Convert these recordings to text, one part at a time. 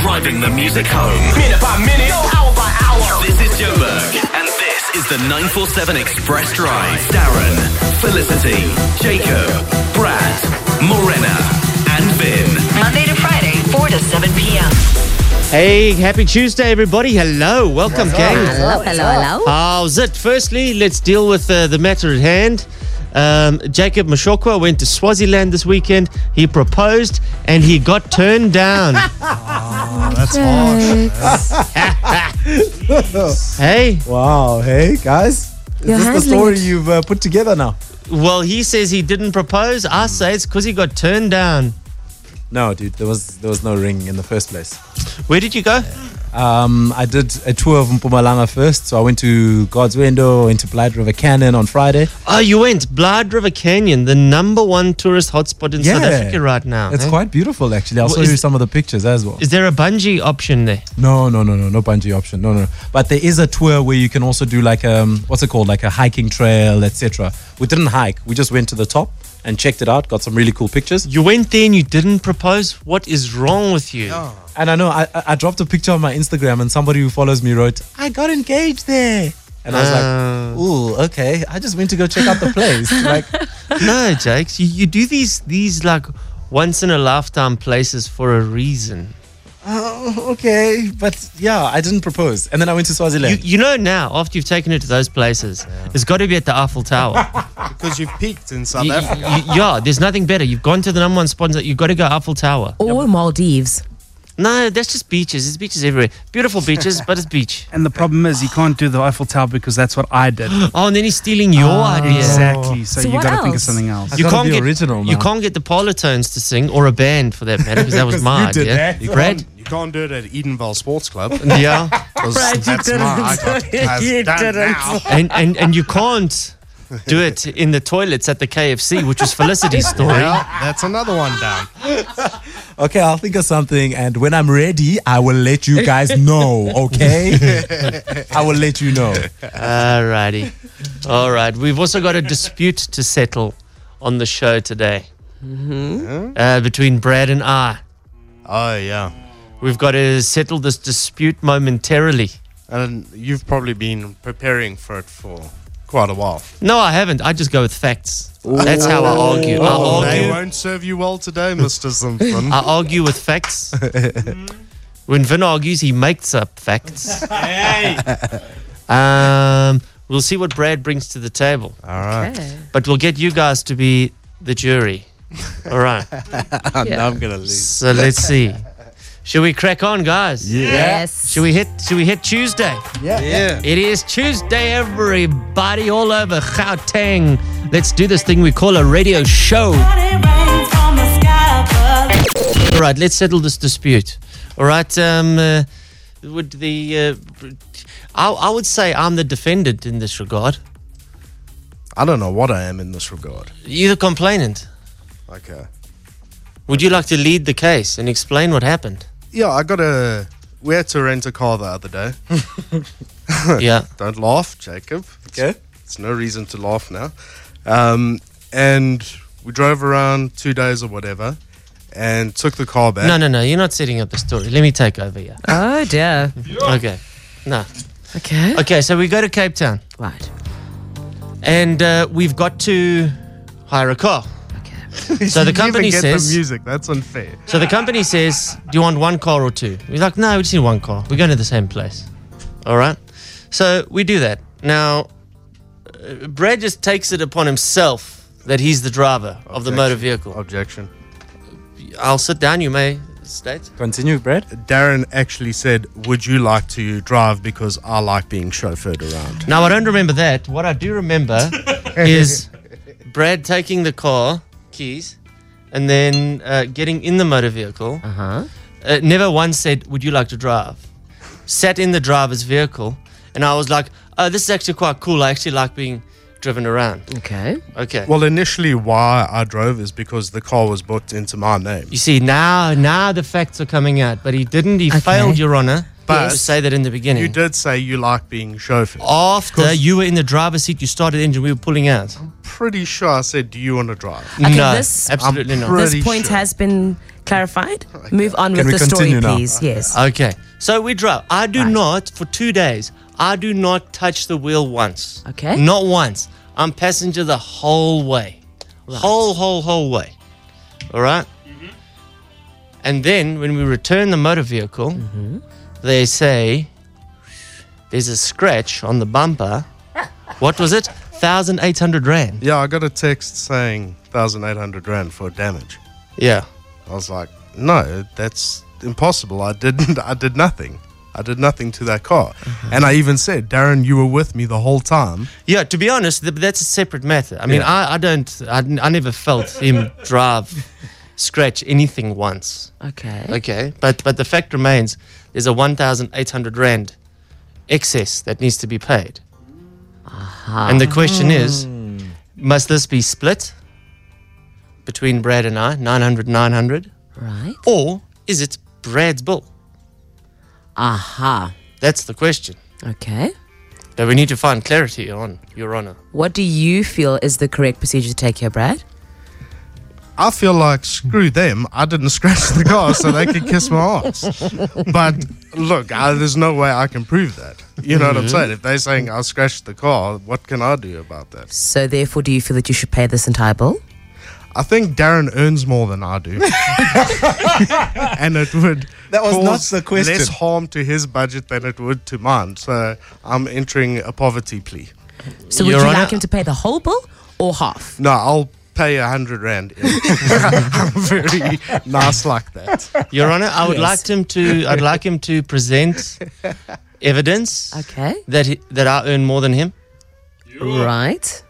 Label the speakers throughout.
Speaker 1: driving the music home.
Speaker 2: Minute by minute, hour by hour.
Speaker 1: This is Joe Berg, and this is the 947 Express Drive. Darren, Felicity, Jacob, Brad, Morena, and Vin.
Speaker 3: Monday to Friday, 4 to 7 p.m.
Speaker 4: Hey, happy Tuesday, everybody. Hello, welcome, gang.
Speaker 5: Hello, hello, hello.
Speaker 4: How's it? Firstly, let's deal with uh, the matter at hand. Um, Jacob Mashokwa went to Swaziland this weekend. He proposed and he got turned down.
Speaker 6: Oh, That's harsh.
Speaker 4: hey,
Speaker 6: Wow. Hey, guys. Is
Speaker 5: Your
Speaker 6: this the
Speaker 5: hands
Speaker 6: story
Speaker 5: linked.
Speaker 6: you've uh, put together now?
Speaker 4: well, he says he didn't propose.
Speaker 5: Hmm.
Speaker 4: I say it's because he got turned down.
Speaker 6: No, dude. There was there was no ring in the first place.
Speaker 4: Where did you go?
Speaker 6: Um, I did a tour of Mpumalanga first, so I went to God's Window, went to Blight River Canyon on Friday.
Speaker 4: Oh, you went Blood River Canyon, the number one tourist hotspot in South
Speaker 6: Yeah.
Speaker 4: Africa right now.
Speaker 6: It's
Speaker 4: eh?
Speaker 6: quite beautiful, actually. I'll
Speaker 4: Well,
Speaker 6: show
Speaker 4: is-
Speaker 6: you some of the pictures as well.
Speaker 4: Is there a bungee option there?
Speaker 6: No, no, no, no, no bungee option. No, no, no. But there is a tour where you can also do like um, what's it called, like a hiking trail, etc. We didn't hike. We just went to the top and checked it out. Got some really cool pictures.
Speaker 4: You went there and you didn't propose. What is wrong with you?
Speaker 6: And I know I, I I dropped a picture on my Instagram, and somebody who follows me wrote, "I got engaged there," and I was
Speaker 4: Ah.
Speaker 6: like, "Ooh, okay." I just went to go check out the place. like,
Speaker 4: No, Jakes, you, you do these these like once in a lifetime places for a reason.
Speaker 6: oh, okay, but yeah, I didn't propose. And then I went to
Speaker 4: You,
Speaker 6: Swaziland.
Speaker 4: you know now, after you've taken it to those places, it's got to be at the Eiffel Tower.
Speaker 7: Because you've peaked in
Speaker 4: You-
Speaker 7: South
Speaker 4: you-
Speaker 7: Africa.
Speaker 4: you- yeah, there's nothing better. You've gone to the number one sponsor. You've got to go Eiffel Tower.
Speaker 5: Or Maldives.
Speaker 4: No, that's just beaches. There's beaches everywhere. Beautiful beaches, but it's beach.
Speaker 8: And the problem is, you can't do the Eiffel Tower because that's what I did. Ah,
Speaker 4: Oh, and then he's stealing your idea.
Speaker 8: Exactly. So,
Speaker 5: So
Speaker 8: you
Speaker 5: what
Speaker 8: got to think of
Speaker 5: else?
Speaker 8: something else.
Speaker 6: I gotta be
Speaker 4: get
Speaker 6: original
Speaker 4: You
Speaker 6: now.
Speaker 4: can't get the Polytones to sing or a band for that matter because that was
Speaker 6: 'Cause you
Speaker 4: mine.
Speaker 6: did
Speaker 4: yeah,
Speaker 6: that.
Speaker 7: You
Speaker 4: Brad.
Speaker 7: can't, you can't do it at Edenvale Sports Club.
Speaker 4: Yeah,
Speaker 7: 'cause
Speaker 5: Brad, you
Speaker 7: that's
Speaker 5: didn't.
Speaker 7: my- I got- that's
Speaker 5: You
Speaker 7: done
Speaker 5: didn't.
Speaker 7: now.
Speaker 4: and and and you can't do it in the toilets at the KFC, which was Felicity's story.
Speaker 7: Yeah, that's another one down.
Speaker 6: Okay, I'll think of something, and when I'm ready, I will let you guys know. Okay, I will let you know.
Speaker 4: Alrighty. All right. We've also got a dispute to settle on the show today uh, between Brad and I.
Speaker 7: Oh, yeah.
Speaker 4: We've got to settle this dispute momentarily.
Speaker 7: And you've probably been preparing for it for quite a while.
Speaker 4: No, I haven't. I just go with facts. That's how I argue. I
Speaker 7: Oh. They
Speaker 4: argue.
Speaker 7: won't serve you well today, Mr. Simpson.
Speaker 4: I argue with facts. when Vin argues, he makes up facts. Um, we'll see what Brad brings to the table,
Speaker 7: All right.
Speaker 4: but we'll get you guys to be the jury. All right.
Speaker 5: Yeah.
Speaker 7: I'm going to lose.
Speaker 4: So let's see. Should we crack on, guys?
Speaker 5: Yes.
Speaker 4: Should we hit? Should we hit Tuesday?
Speaker 7: Yeah.
Speaker 4: It is Tuesday, everybody, all over Gauteng. Let's do this thing we call a radio show. All right, let's settle this dispute. All right, um, uh, would the uh, I, I would say I'm the defendant in this regard.
Speaker 7: I don't know what I am in this regard.
Speaker 4: You're the complainant.
Speaker 7: Okay.
Speaker 4: Would you like to lead the case and explain what happened?
Speaker 7: Yeah, I got a. We had to rent a car the other day.
Speaker 4: yeah.
Speaker 7: Don't laugh, Jacob.
Speaker 6: Okay.
Speaker 7: It's no reason to laugh now. Um, and we drove around two days or whatever and took the car back.
Speaker 4: No, no, no. You're not setting up the story. Let me take over here.
Speaker 5: Oh, dear.
Speaker 4: Okay. No.
Speaker 5: Okay.
Speaker 4: Okay, so we go to Cape Town.
Speaker 5: Right.
Speaker 4: and uh, we've got to hire a car. So the
Speaker 7: You
Speaker 4: company
Speaker 7: even get the
Speaker 4: says.
Speaker 7: music. That's unfair.
Speaker 4: So the company says, "Do you want one car or two? We're like, "No, we just need one car. We're going to the same place." All right. So we do that. Now, uh, Brad just takes it upon himself that he's the driver of the motor vehicle.
Speaker 7: Objection.
Speaker 4: I'll sit down. You may state.
Speaker 6: Continue, Brad.
Speaker 7: Darren actually said, "Would you like to drive because I like being chauffeured around?"
Speaker 4: Now I don't remember that. What I do remember is Brad taking the car keys and then uh, getting in the motor vehicle. Uh-huh. never once said, "Would you like to drive?" Sat in the driver's vehicle, and I was like, "Oh, this is actually quite cool. I actually like being driven around."
Speaker 5: Okay.
Speaker 4: Okay.
Speaker 7: Well, initially, why I drove is because the car was booked into my name.
Speaker 4: you see, now now the facts are coming out, but he didn't. He
Speaker 5: Okay.
Speaker 4: failed, Your Honor.
Speaker 7: But
Speaker 4: Just say that in the beginning.
Speaker 7: you did say you like being chauffeured.
Speaker 4: After you were in the driver's seat, you started the engine, we were pulling out.
Speaker 7: Pretty sure I said, Do you want to drive?
Speaker 5: Okay,
Speaker 4: no,
Speaker 5: this-
Speaker 4: absolutely not.
Speaker 5: This
Speaker 7: Pretty
Speaker 5: point
Speaker 7: sure.
Speaker 5: has been clarified.
Speaker 7: Oh
Speaker 5: Move on
Speaker 6: Can
Speaker 5: with
Speaker 6: we
Speaker 5: the story,
Speaker 6: continue now?
Speaker 5: please. Yes.
Speaker 4: Okay. So we drove. I do not, for two days, I do not touch the wheel once.
Speaker 5: Okay.
Speaker 4: Not once. I'm passenger the whole way. Whole, whole, whole way. All right?
Speaker 5: Mm-hmm.
Speaker 4: And then when we return the motor vehicle,
Speaker 5: Mm-hmm.
Speaker 4: they say there's a scratch on the bumper. what was it? 1,800 Rand.
Speaker 7: Yeah, I got a text saying 1,800 Rand for damage.
Speaker 4: Yeah.
Speaker 7: I was like, No, that's impossible. I didn't, I did nothing. I did nothing to that car.
Speaker 4: Mm-hmm.
Speaker 7: And I even said, Darren, you were with me the whole time.
Speaker 4: Yeah, to be honest, th- that's a separate matter. I mean, I, I don't, I, n- I never felt him drive, scratch anything once.
Speaker 5: Okay.
Speaker 4: Okay, but but the fact remains, there's a 1,800 rand excess that needs to be paid. And the question is, must this be split between Brad and I, 900, 900,
Speaker 5: Right.
Speaker 4: or is it Brad's bill?
Speaker 5: Aha.
Speaker 4: That's the question
Speaker 5: Okay.
Speaker 4: that we need to find clarity on, Your Honor.
Speaker 5: What do you feel is the correct procedure to take here, Brad?
Speaker 7: I feel like screw them. I didn't scratch the car, Oh, so they can kiss my ass. But look, I, there's no way I can prove that. You know what
Speaker 4: Mm-hmm.
Speaker 7: I'm saying? If they're saying I scratched the car, what can I do about that?
Speaker 5: So, therefore, do you feel that you should pay this entire bill?
Speaker 7: I think Darren earns more than I do, and it would
Speaker 6: That was not
Speaker 7: cause
Speaker 6: the question.
Speaker 7: Less harm to his budget than it would to mine. So I'm entering a poverty plea.
Speaker 5: So,
Speaker 4: Your
Speaker 5: would you
Speaker 4: Honor-
Speaker 5: like him to pay the whole bill or half?
Speaker 7: No, I'll pay a hundred rand. in. I'm very nice like that.
Speaker 4: Your Honor, I would like
Speaker 5: Yes.
Speaker 4: him to. I'd like him to present evidence
Speaker 5: Okay.
Speaker 4: that he, that I earn more than him.
Speaker 5: Right.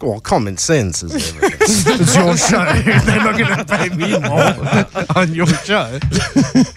Speaker 7: Well, common sense is everything. it's your show. They're not going to pay me more on your show.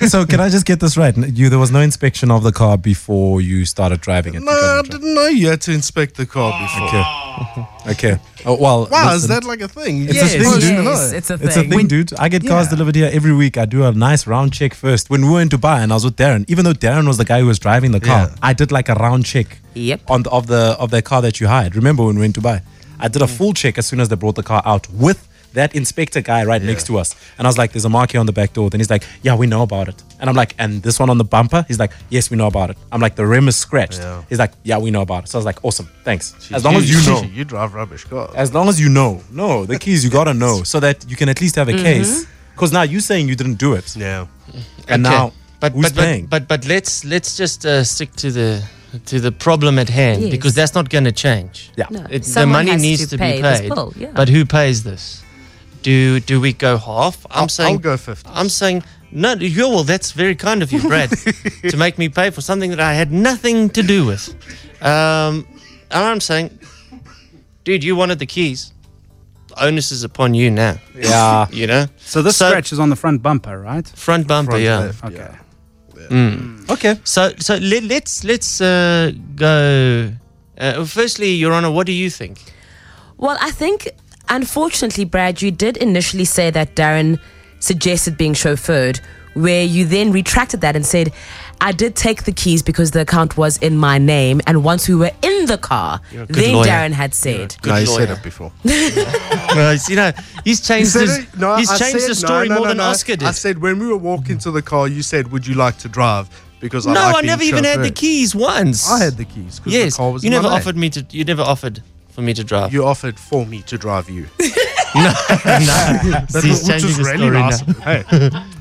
Speaker 6: so can I just get this right? You there was no inspection of the car before you started driving it.
Speaker 7: No, I didn't know you had to inspect the car before.
Speaker 6: Okay. Okay. Oh, well,
Speaker 7: Wow, is
Speaker 6: listen,
Speaker 7: that like a thing?
Speaker 6: It's a thing,
Speaker 7: I didn't
Speaker 6: dude.
Speaker 7: know.
Speaker 5: Yes, it's a thing.
Speaker 6: It's a thing, dude. I get cars delivered here every week. I do a nice round check first. When we were in Dubai and I was with Darren, even though Darren was the guy who was driving the car,
Speaker 7: Yeah.
Speaker 6: I did like a round check
Speaker 5: Yep.
Speaker 6: on the, of the of the car that you hired. Remember when we were in Dubai? I did a full check as soon as they brought the car out with that inspector guy right next to us. And I was like, there's a mark here on the back door. Then he's like, yeah, we know about it. And I'm like, and this one on the bumper? He's like, yes, we know about it. I'm like, the rim is scratched.
Speaker 7: Yeah.
Speaker 6: He's like, yeah, we know about it. So I was like, awesome, thanks. As long as you know.
Speaker 7: you drive rubbish cars.
Speaker 6: As long as you know. No, the keys you gotta know so that you can at least have
Speaker 4: Mm-hmm.
Speaker 6: a case. Because now you're saying you didn't do it.
Speaker 7: yeah.
Speaker 6: And
Speaker 4: Okay.
Speaker 6: now
Speaker 4: but,
Speaker 6: who's
Speaker 4: but, but-
Speaker 6: paying?
Speaker 4: But, but let's let's just uh, stick to the to the problem at hand
Speaker 5: Yes.
Speaker 4: because that's not going to change.
Speaker 6: Yeah.
Speaker 5: No.
Speaker 4: It, the
Speaker 5: Someone
Speaker 4: money
Speaker 5: has
Speaker 4: needs to,
Speaker 5: to pay
Speaker 4: be
Speaker 5: this
Speaker 4: paid.
Speaker 5: bill, yeah.
Speaker 4: But who pays this? Do do we go half? I'm
Speaker 7: I'll-
Speaker 4: saying
Speaker 7: I'll go 50.
Speaker 4: I'm saying no. you well, that's very kind of you, Brad, to make me pay for something that I had nothing to do with. Um, and I'm saying, dude, you wanted the keys. Onus is upon you now.
Speaker 6: yeah.
Speaker 4: You know.
Speaker 8: So this
Speaker 4: So-
Speaker 8: scratch is on the front bumper, right?
Speaker 4: Front bumper,
Speaker 7: Front
Speaker 4: yeah.
Speaker 7: left,
Speaker 8: Okay.
Speaker 7: yeah.
Speaker 6: Okay.
Speaker 4: So so let, let's let's uh, go. Uh, firstly, Your Honor, what do you think?
Speaker 5: Well, I think, unfortunately, Brad, you did initially say that Darren suggested being chauffeured, where you then retracted that and said, I did take the keys because the account was in my name. And once we were in the car,
Speaker 4: good
Speaker 5: then
Speaker 4: lawyer.
Speaker 5: Darren had said,
Speaker 7: no, you
Speaker 4: lawyer.
Speaker 7: said it before.
Speaker 4: No, it's- you know, he's changed
Speaker 7: Said
Speaker 4: his,
Speaker 7: it? No,
Speaker 4: he's
Speaker 7: I
Speaker 4: changed
Speaker 7: said-
Speaker 4: the story
Speaker 7: no, no,
Speaker 4: more
Speaker 7: no,
Speaker 4: than
Speaker 7: no.
Speaker 4: Oscar did.
Speaker 7: I said when we were walking to the car, you said, "Would you like to drive?" Because I
Speaker 4: no,
Speaker 7: like
Speaker 4: I
Speaker 7: being
Speaker 4: never even had the
Speaker 7: chauffeured.
Speaker 4: keys once.
Speaker 7: I had the keys. 'cause
Speaker 4: Yes,
Speaker 7: the car was
Speaker 4: you
Speaker 7: in my
Speaker 4: never
Speaker 7: name.
Speaker 4: offered me to. You never offered for me to drive.
Speaker 7: You offered for me to drive you.
Speaker 4: no, he's
Speaker 7: Which
Speaker 4: changing
Speaker 7: is
Speaker 4: the
Speaker 7: really
Speaker 4: story
Speaker 7: nice.
Speaker 4: now.
Speaker 7: Hey,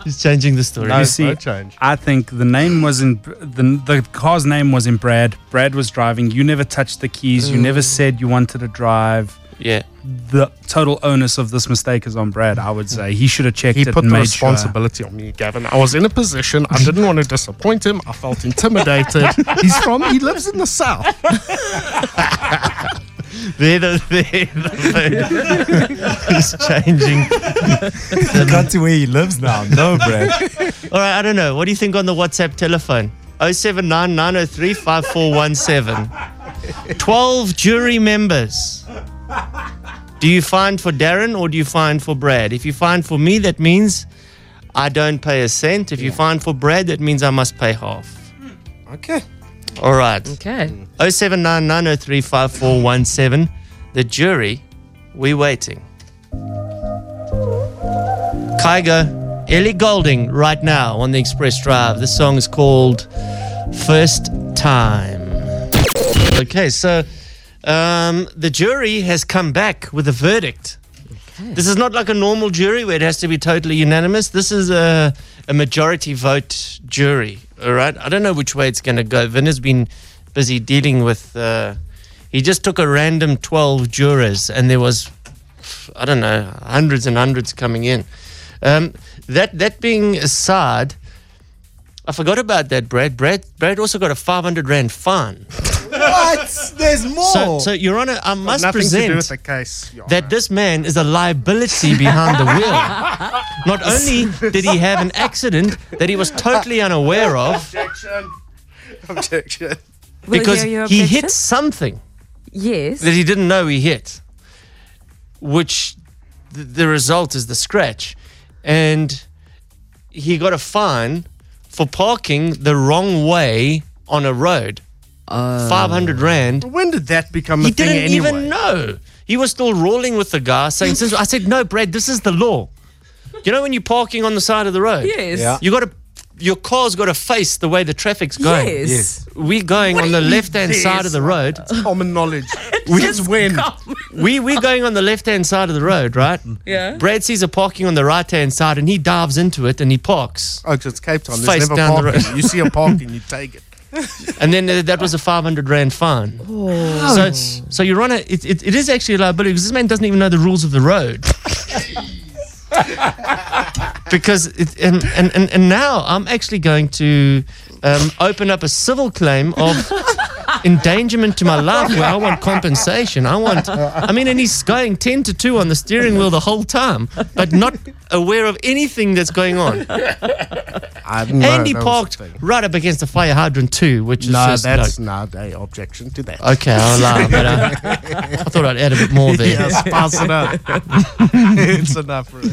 Speaker 4: He's changing the story.
Speaker 8: You
Speaker 4: Yes.
Speaker 8: see,
Speaker 7: change.
Speaker 8: I think the name was in the the car's name was in Brad. Brad was driving. You never touched the keys. You never
Speaker 4: Mm.
Speaker 8: said you wanted to drive.
Speaker 4: Yeah,
Speaker 8: The total onus of this mistake is on Brad. I would say he should have checked
Speaker 7: He
Speaker 8: it
Speaker 7: put
Speaker 8: and
Speaker 7: the
Speaker 8: made sure.
Speaker 7: responsibility on me, Gavin. I was in a position. I didn't want to disappoint him. I felt intimidated. He's from. He lives in the south.
Speaker 4: they're the they're the He's changing.
Speaker 6: I got to where he lives now. No, Brad.
Speaker 4: All right, I don't know. What do you think on the WhatsApp telephone? 079 12 jury members. Do you find for Darren or do you find for Brad? If you find for me, that means I don't pay a cent. If you find for Brad, that means I must pay half.
Speaker 7: Okay.
Speaker 4: All right.
Speaker 5: Okay.
Speaker 4: 07990354117. The jury, we waiting. Kygo, Ellie Golding, right now on the Express Drive. This song is called First Time. Okay, so um, the jury has come back with a verdict. This is not like a normal jury where it has to be totally unanimous. This is a, a majority vote jury. All right. I don't know which way it's going to go. Vin has been busy dealing with. Uh, he just took a random 12 jurors, and there was, I don't know, hundreds and hundreds coming in. Um, that that being aside, I forgot about that, Brad. Brad Brad also got a 500 rand fine.
Speaker 6: What? There's
Speaker 4: So,
Speaker 6: more.
Speaker 4: so, Your Honor, I must
Speaker 7: Nothing
Speaker 4: present
Speaker 7: to do with the case. Your
Speaker 4: that
Speaker 7: Honor.
Speaker 4: this man is a liability behind the wheel. Not only did he have an accident that he was totally unaware of
Speaker 7: objection. Objection.
Speaker 5: Will you
Speaker 4: because
Speaker 5: hear your
Speaker 4: he
Speaker 5: objection?
Speaker 4: hit something
Speaker 5: Yes.
Speaker 4: that he didn't know he hit, which th- the result is the scratch. And he got a fine for parking the wrong way on a road.
Speaker 5: Oh.
Speaker 4: 500 Rand.
Speaker 7: When did that become a
Speaker 4: He
Speaker 7: thing
Speaker 4: didn't
Speaker 7: anyway?
Speaker 4: even know. He was still rolling with the guy, saying, since I said, no, Brad, this is the law. You know when you're parking on the side of the road?
Speaker 5: Yes.
Speaker 6: Yeah.
Speaker 4: You got to, your car's got to face the way the traffic's going.
Speaker 5: Yes.
Speaker 6: Yes.
Speaker 4: We're going on the left-hand
Speaker 7: Yes.
Speaker 4: side of the road.
Speaker 7: Common knowledge. Since when?
Speaker 4: we, we're going on the left-hand side of the road, right?
Speaker 5: Yeah.
Speaker 4: Brad sees a parking on the right-hand side and he dives into it and he parks.
Speaker 7: Oh, 'cause it's Cape Town. There's
Speaker 4: Face
Speaker 7: never
Speaker 4: down the
Speaker 7: parking.
Speaker 4: road.
Speaker 7: You see a parking, you take it.
Speaker 4: And then uh, that was a 500 Rand fine. Oh.
Speaker 2: Oh.
Speaker 4: So, it's, so Your Honor, it, it, it is actually a liability because this man doesn't even know the rules of the road. because, it, and, and, and, and now I'm actually going to um, open up a civil claim of endangerment to my life where I want compensation. I want, I mean, and he's going 10 to 2 on the steering wheel the whole time, but not aware of anything that's going on.
Speaker 7: I didn't know
Speaker 4: and he
Speaker 7: that was a
Speaker 4: parked
Speaker 7: thing.
Speaker 4: right up against the fire hydrant too, which is
Speaker 7: No,
Speaker 4: just like-
Speaker 7: that's no they objection to that.
Speaker 4: Okay, I'll lie, but uh, I thought I'd add a bit more there.
Speaker 7: Yes, pass it up. it's enough. Really.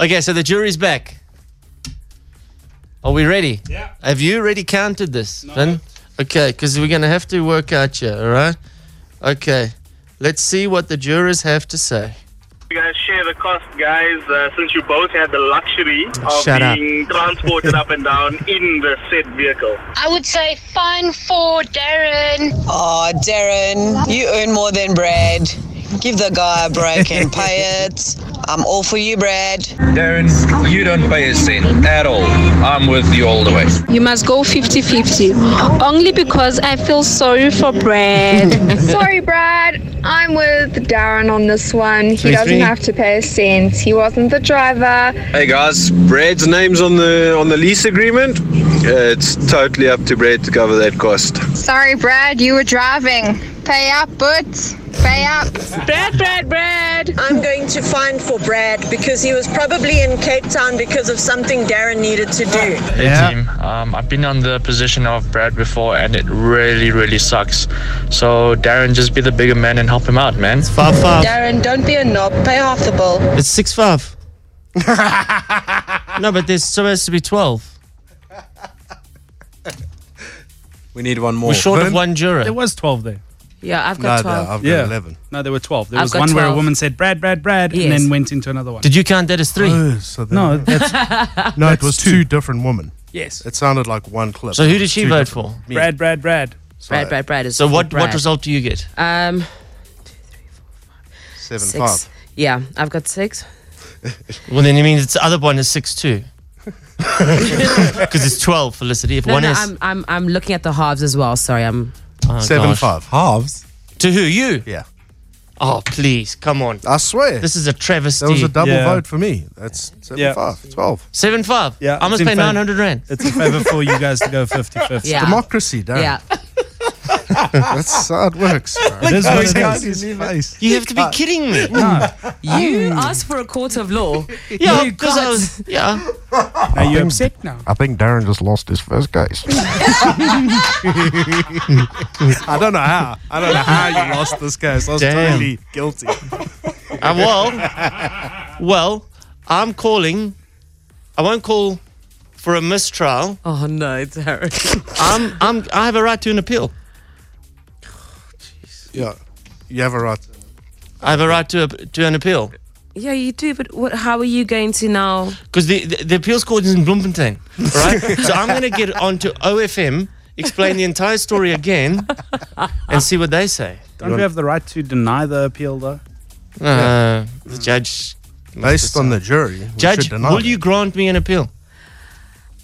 Speaker 4: Okay, so the jury's back. Are we ready?
Speaker 8: Yeah.
Speaker 4: Have you already counted this, Vin? Okay, because we're going to have to work out here, all right? Okay, let's see what the jurors have to say.
Speaker 9: You guys share the cost, guys, uh, since you both had the luxury of
Speaker 4: Shut up.
Speaker 9: being transported up and down in the said vehicle.
Speaker 10: I would say fine for Darren.
Speaker 11: Oh, Darren, you earn more than Brad. Give the guy a break and pay it. I'm all for you, Brad.
Speaker 12: Darren, you don't pay a cent at all. I'm with you all the way.
Speaker 10: You must go 50 50. Only because I feel sorry for Brad. sorry, Brad. I'm with Darren on this one. He
Speaker 4: Three, doesn't three. have
Speaker 10: to pay a cent. He wasn't the driver.
Speaker 12: Hey guys, Brad's name's on the on the lease agreement. Uh, it's totally up to Brad to cover that cost.
Speaker 10: Sorry, Brad. You were driving. Pay up, boots. Pay up. Brad, Brad, Brad.
Speaker 11: I'm going to find for Brad because he was probably in Cape Town because of something Darren needed to do.
Speaker 7: Yeah.
Speaker 9: Um, I've been on the position of Brad before, and it really, really sucks. So, Darren, just be the bigger man and help him out, man.
Speaker 4: Five, five.
Speaker 11: Darren, don't be a knob. Pay half the bill.
Speaker 4: It's six, five. no, but there's supposed to be 12.
Speaker 6: we need one more.
Speaker 4: We're short of
Speaker 7: Vin?
Speaker 4: one juror.
Speaker 8: There was 12 there.
Speaker 5: Yeah, I've
Speaker 7: No,
Speaker 5: got
Speaker 7: no,
Speaker 5: 12.
Speaker 7: I've got
Speaker 8: Yeah.
Speaker 7: 11.
Speaker 8: No, there were 12. There
Speaker 5: I've
Speaker 8: was
Speaker 5: got
Speaker 8: one where a
Speaker 5: 12.
Speaker 8: woman said, Brad, Brad, Brad,
Speaker 5: Yes.
Speaker 8: and then went into another one.
Speaker 4: Did you count that as three?
Speaker 7: Oh, so then-
Speaker 8: no, that's
Speaker 7: no, it was
Speaker 8: two.
Speaker 7: two. different women.
Speaker 8: yes.
Speaker 7: It sounded like one clip.
Speaker 4: so who did she vote for?
Speaker 8: Brad, Brad, Brad.
Speaker 5: Brad, Brad, Brad is
Speaker 4: So
Speaker 5: for
Speaker 4: what, what
Speaker 5: Brad.
Speaker 4: result do you get?
Speaker 5: Um,
Speaker 7: Seven
Speaker 5: six.
Speaker 7: five.
Speaker 5: Yeah, I've got six.
Speaker 4: Well, then it means it's the other one is six two. Because it's twelve, Felicity. If
Speaker 5: No,
Speaker 4: one
Speaker 5: no,
Speaker 4: is
Speaker 5: I'm, I'm, I'm looking at the halves as well. Sorry, I'm.
Speaker 4: Oh,
Speaker 7: Seven
Speaker 4: gosh.
Speaker 7: five.
Speaker 6: halves.
Speaker 4: to who you?
Speaker 7: Yeah.
Speaker 4: Oh, please, come on.
Speaker 7: I swear.
Speaker 4: This is a travesty.
Speaker 7: that was a double
Speaker 8: Yeah.
Speaker 7: vote for me. That's seven
Speaker 8: Yeah.
Speaker 7: five. Twelve.
Speaker 4: Seven five.
Speaker 8: Yeah,
Speaker 4: I
Speaker 8: it's
Speaker 4: must
Speaker 8: in
Speaker 4: pay
Speaker 8: fact-
Speaker 4: nine hundred rand.
Speaker 8: It's a favor for you guys to go 50 50.
Speaker 5: Yeah.
Speaker 7: Democracy, don't
Speaker 5: Yeah.
Speaker 7: That's how it works. bro.
Speaker 8: It is what it
Speaker 7: Look at
Speaker 8: is.
Speaker 7: his face.
Speaker 4: You have to be kidding me.
Speaker 5: you asked for a court of law.
Speaker 4: yeah,
Speaker 5: you
Speaker 4: because I was. Yeah.
Speaker 8: Are you upset now?
Speaker 7: I think Darren just lost his first case. I don't know how. Ah, I don't know how you lost this case. I was
Speaker 4: Damn.
Speaker 7: totally guilty.
Speaker 4: Uh, well, well, I'm calling. I won't call for a mistrial.
Speaker 5: Oh no, it's Harry.
Speaker 4: I'm, I'm, I have a right to an appeal.
Speaker 7: Yeah, you have a right.
Speaker 4: I have a right to a, to an appeal
Speaker 5: Yeah, you do, but what, how are you going to now?
Speaker 4: because the, the the appeals court is in Bloemfontein, right? so I'm going to get onto OFM, explain the entire story again, and see what they say.
Speaker 8: Don't we have the right to deny the appeal, though?
Speaker 4: Uh, the judge.
Speaker 7: Based on the jury, we
Speaker 4: Judge,
Speaker 7: should deny
Speaker 4: will
Speaker 7: it.
Speaker 4: you grant me an appeal?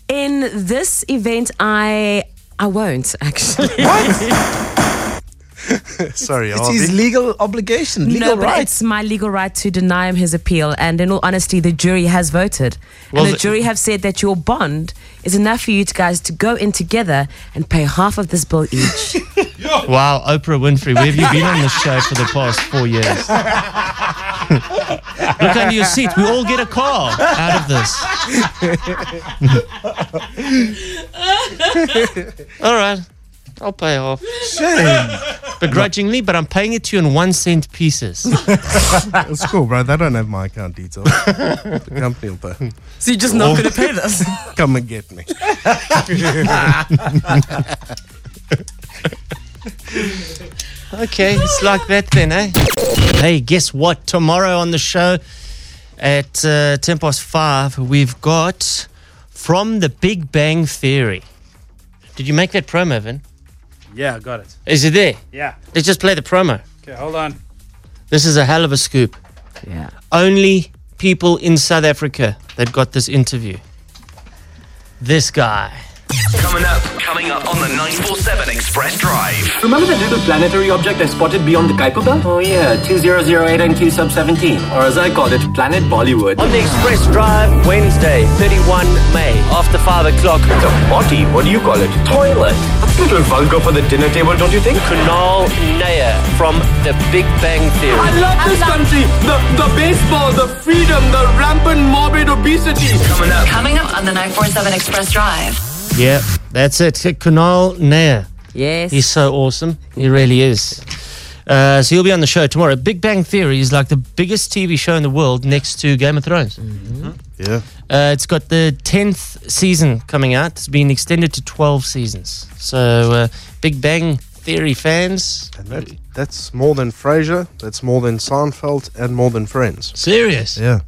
Speaker 5: In this event, I I won't actually.
Speaker 7: Sorry,
Speaker 6: It's his legal obligation, legal
Speaker 5: no, but
Speaker 6: right.
Speaker 5: it's my legal right to deny him his appeal. And in all honesty, the jury has voted,
Speaker 4: Well,
Speaker 5: and the,
Speaker 4: the-
Speaker 5: jury have said that your bond is enough for you two guys to go in together and pay half of this bill each.
Speaker 4: Wow, Oprah Winfrey, where have you been on this show for the past four years? Look under your seat. We all get a car out of this. all right, I'll pay off. Begrudgingly, but I'm paying it to you in one cent pieces.
Speaker 7: it's cool, bro. They don't have my account details. the company will pay.
Speaker 5: So you're just
Speaker 4: not gonna pay
Speaker 5: this?
Speaker 7: Come and get me.
Speaker 4: Okay, it's like that then, eh? Hey, guess what? Tomorrow on the show at uh, 10 past 5, we've got From the Big Bang Theory. Did you make that promo, Vin?
Speaker 8: Yeah, I got it.
Speaker 4: Is it there?
Speaker 8: Yeah.
Speaker 4: Let's just play the promo.
Speaker 8: Okay, hold on.
Speaker 4: This is a hell of a scoop.
Speaker 5: Yeah.
Speaker 4: Only people in South Africa that got this interview. This guy.
Speaker 1: Coming up, coming up on the 947 Express Drive.
Speaker 13: Remember that little planetary object I spotted beyond the Kuiper Belt? Oh yeah, 2008 and Q sub 17, or as I call it, Planet Bollywood.
Speaker 14: On the Express Drive, Wednesday, 31 May, after 5 o'clock. It's a potty, what do you call it? Toilet. A little vulgar for the dinner table, don't you think? Kunal Nair from The Big Bang Theory.
Speaker 13: I love this country! The, the baseball, the freedom, the rampant morbid obesity! Coming up.
Speaker 3: Coming up on the 947 Express Drive.
Speaker 4: Yeah, that's it. Kunal Nair.
Speaker 5: Yes.
Speaker 4: He's so awesome. He really is. Uh, so he'll be on the show tomorrow. Big Bang Theory is like the biggest TV show in the world next to Game of Thrones.
Speaker 7: Yeah.
Speaker 4: Uh, it's got the 10th season coming out. It's been extended to 12 seasons. So, uh, Big Bang Theory fans.
Speaker 7: That, that's more than Frasier. That's more than Seinfeld, and more than Friends.
Speaker 4: Serious?
Speaker 7: Yeah.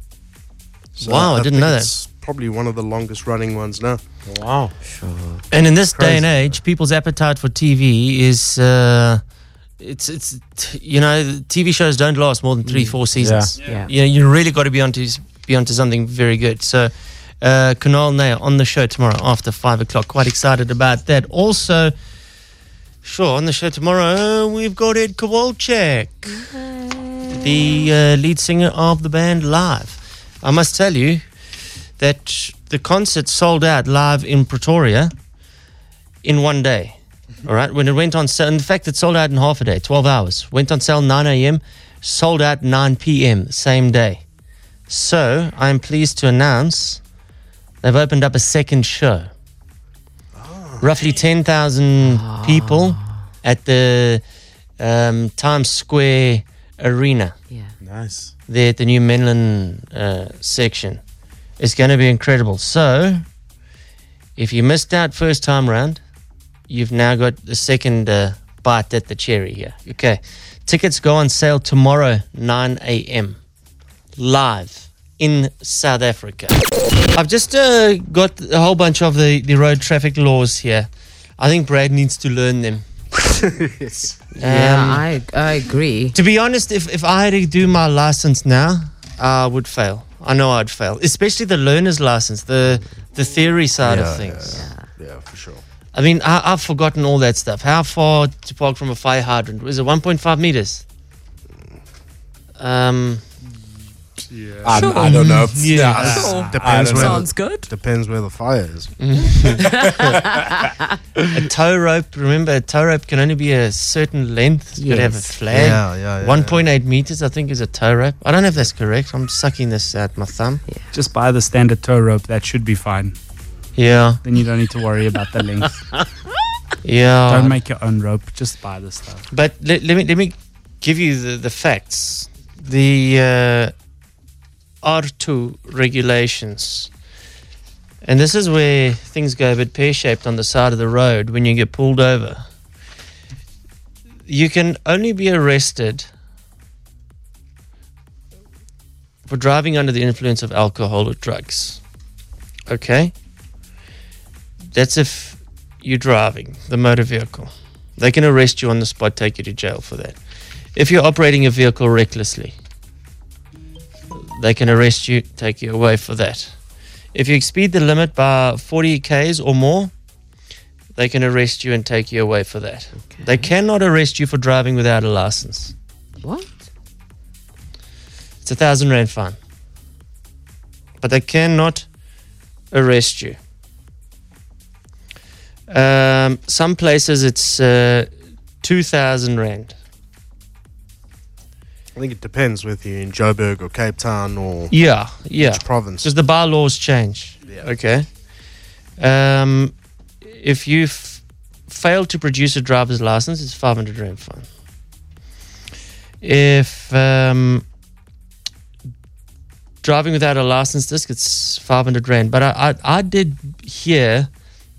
Speaker 4: Wow, I didn't know that.
Speaker 7: It's probably one of the longest running ones now.
Speaker 4: Wow. And in this day and age, people's appetite for TV is. Uh, it's it's t- you know TV shows don't last more than three four seasons.
Speaker 14: Yeah. Yeah.
Speaker 4: You know, you really got to be onto s- be onto something very good. So, uh, Kunal Nair on the show tomorrow after five o'clock. Quite excited about that. Also, sure on the show tomorrow we've got Ed Kowalczyk, the uh, lead singer of the band Live. I must tell you that the concert sold out live in Pretoria in one day. All right, when it went on sale, in fact, it sold out in half a day, 12 hours. Went on sale 9 a.m., sold out 9 p.m., the same day. So I'm pleased to announce they've opened up a second show. Roughly 10,000 people at the um, Times Square Arena
Speaker 6: Nice.
Speaker 4: there at the new Menlyn uh, section. It's going to be incredible. So, if you missed out first time round, you've now got the second uh, bite at the cherry here. Okay. Tickets go on sale tomorrow, 9 a.m. Live in South Africa. I've just uh, got a whole bunch of the, the road traffic laws here. I think Brad needs to learn them.
Speaker 5: yeah,
Speaker 4: Um,
Speaker 5: I I agree.
Speaker 4: To be honest, if, if I had to do my license now, I would fail. I know I'd fail, especially the learner's license, the the theory side
Speaker 7: Yeah,
Speaker 4: of things.
Speaker 7: Yeah, for sure.
Speaker 4: I mean, I, I've forgotten all that stuff. How far to park from a fire hydrant? Was it 1.5 meters? Um, Mm,
Speaker 7: Yeah.
Speaker 6: Um, I don't know.
Speaker 4: Mm-hmm. Yeah.
Speaker 6: Sure.
Speaker 7: Depends
Speaker 6: I don't
Speaker 7: where
Speaker 6: know.
Speaker 7: the, Depends where the fire is.
Speaker 4: a tow rope, remember, a tow rope can only be a certain length. It's got to have a
Speaker 7: Yes.
Speaker 4: flag.
Speaker 7: Yeah, yeah, yeah,
Speaker 4: 1.8 meters, I think, is a tow rope. I don't know if that's correct. I'm sucking this out my thumb. Yeah.
Speaker 8: Just buy the standard tow rope. That should be fine.
Speaker 4: Yeah.
Speaker 8: Then you don't need to worry about the length.
Speaker 4: Yeah.
Speaker 8: Don't make your own rope. Just buy the stuff.
Speaker 4: But let, let me let me give you the, the facts. The uh, R two regulations And this is where things go a bit pear shaped on the side of the road when you get pulled over. You can only be arrested for driving under the influence of alcohol or drugs. Okay? That's if you're driving the motor vehicle. They can arrest you on the spot, take you to jail for that. If you're operating a vehicle recklessly, they can arrest you, take you away for that. If you exceed the limit by 40 Ks or more, they can arrest you and take you away for that. They cannot arrest you for driving without a license.
Speaker 5: What?
Speaker 4: It's a thousand rand fine. But they cannot arrest you. Um, some places it's uh, 2,000 rand.
Speaker 7: I think it depends whether you're in Joburg or Cape Town or
Speaker 4: Yeah, yeah.
Speaker 7: which province.
Speaker 4: Because the bylaws change. Yeah. Okay. Um, if you f- fail to produce a driver's license, it's 500 Rand fine. If um, driving without a license disc, it's 500 Rand. But I, I, I did hear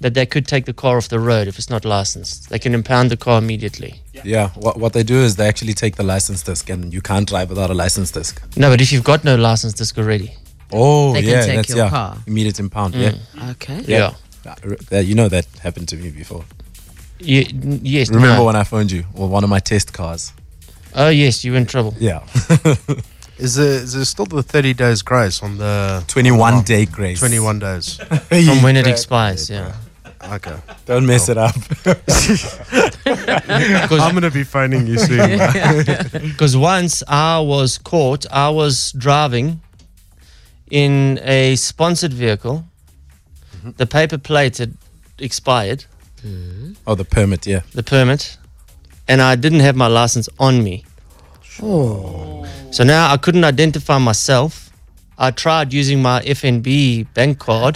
Speaker 4: that they could take the car off the road if it's not licensed. They can impound the car immediately.
Speaker 6: Yeah, what, what they do is they actually take the license disc, and you can't drive without a license disc.
Speaker 4: No, but if you've got no license disc already.
Speaker 6: Oh, yeah, that's yeah, immediate impound.
Speaker 4: Mm.
Speaker 6: Yeah,
Speaker 5: Okay.
Speaker 4: Yeah.
Speaker 6: Uh, r- that- you know that happened to me before.
Speaker 4: Ye- n- yes.
Speaker 6: Remember
Speaker 4: no.
Speaker 6: when I phoned you? Well, one of my test cars.
Speaker 4: Oh yes, you were in trouble.
Speaker 6: Yeah.
Speaker 7: Is there, is there still the 30 days grace on the
Speaker 6: 21 day grace?
Speaker 7: 21 days.
Speaker 4: From when it expires, yeah.
Speaker 7: Okay.
Speaker 6: Don't mess it up.
Speaker 7: I'm going to be phoning you soon.
Speaker 4: Because once I was caught, I was driving in a sponsored vehicle.
Speaker 7: Mm-hmm.
Speaker 4: The paper plate had expired,
Speaker 6: Oh, the permit. Yeah.
Speaker 4: the permit, and I didn't have my license on me. Oh. So now I couldn't identify myself. I tried using my FNB bank card,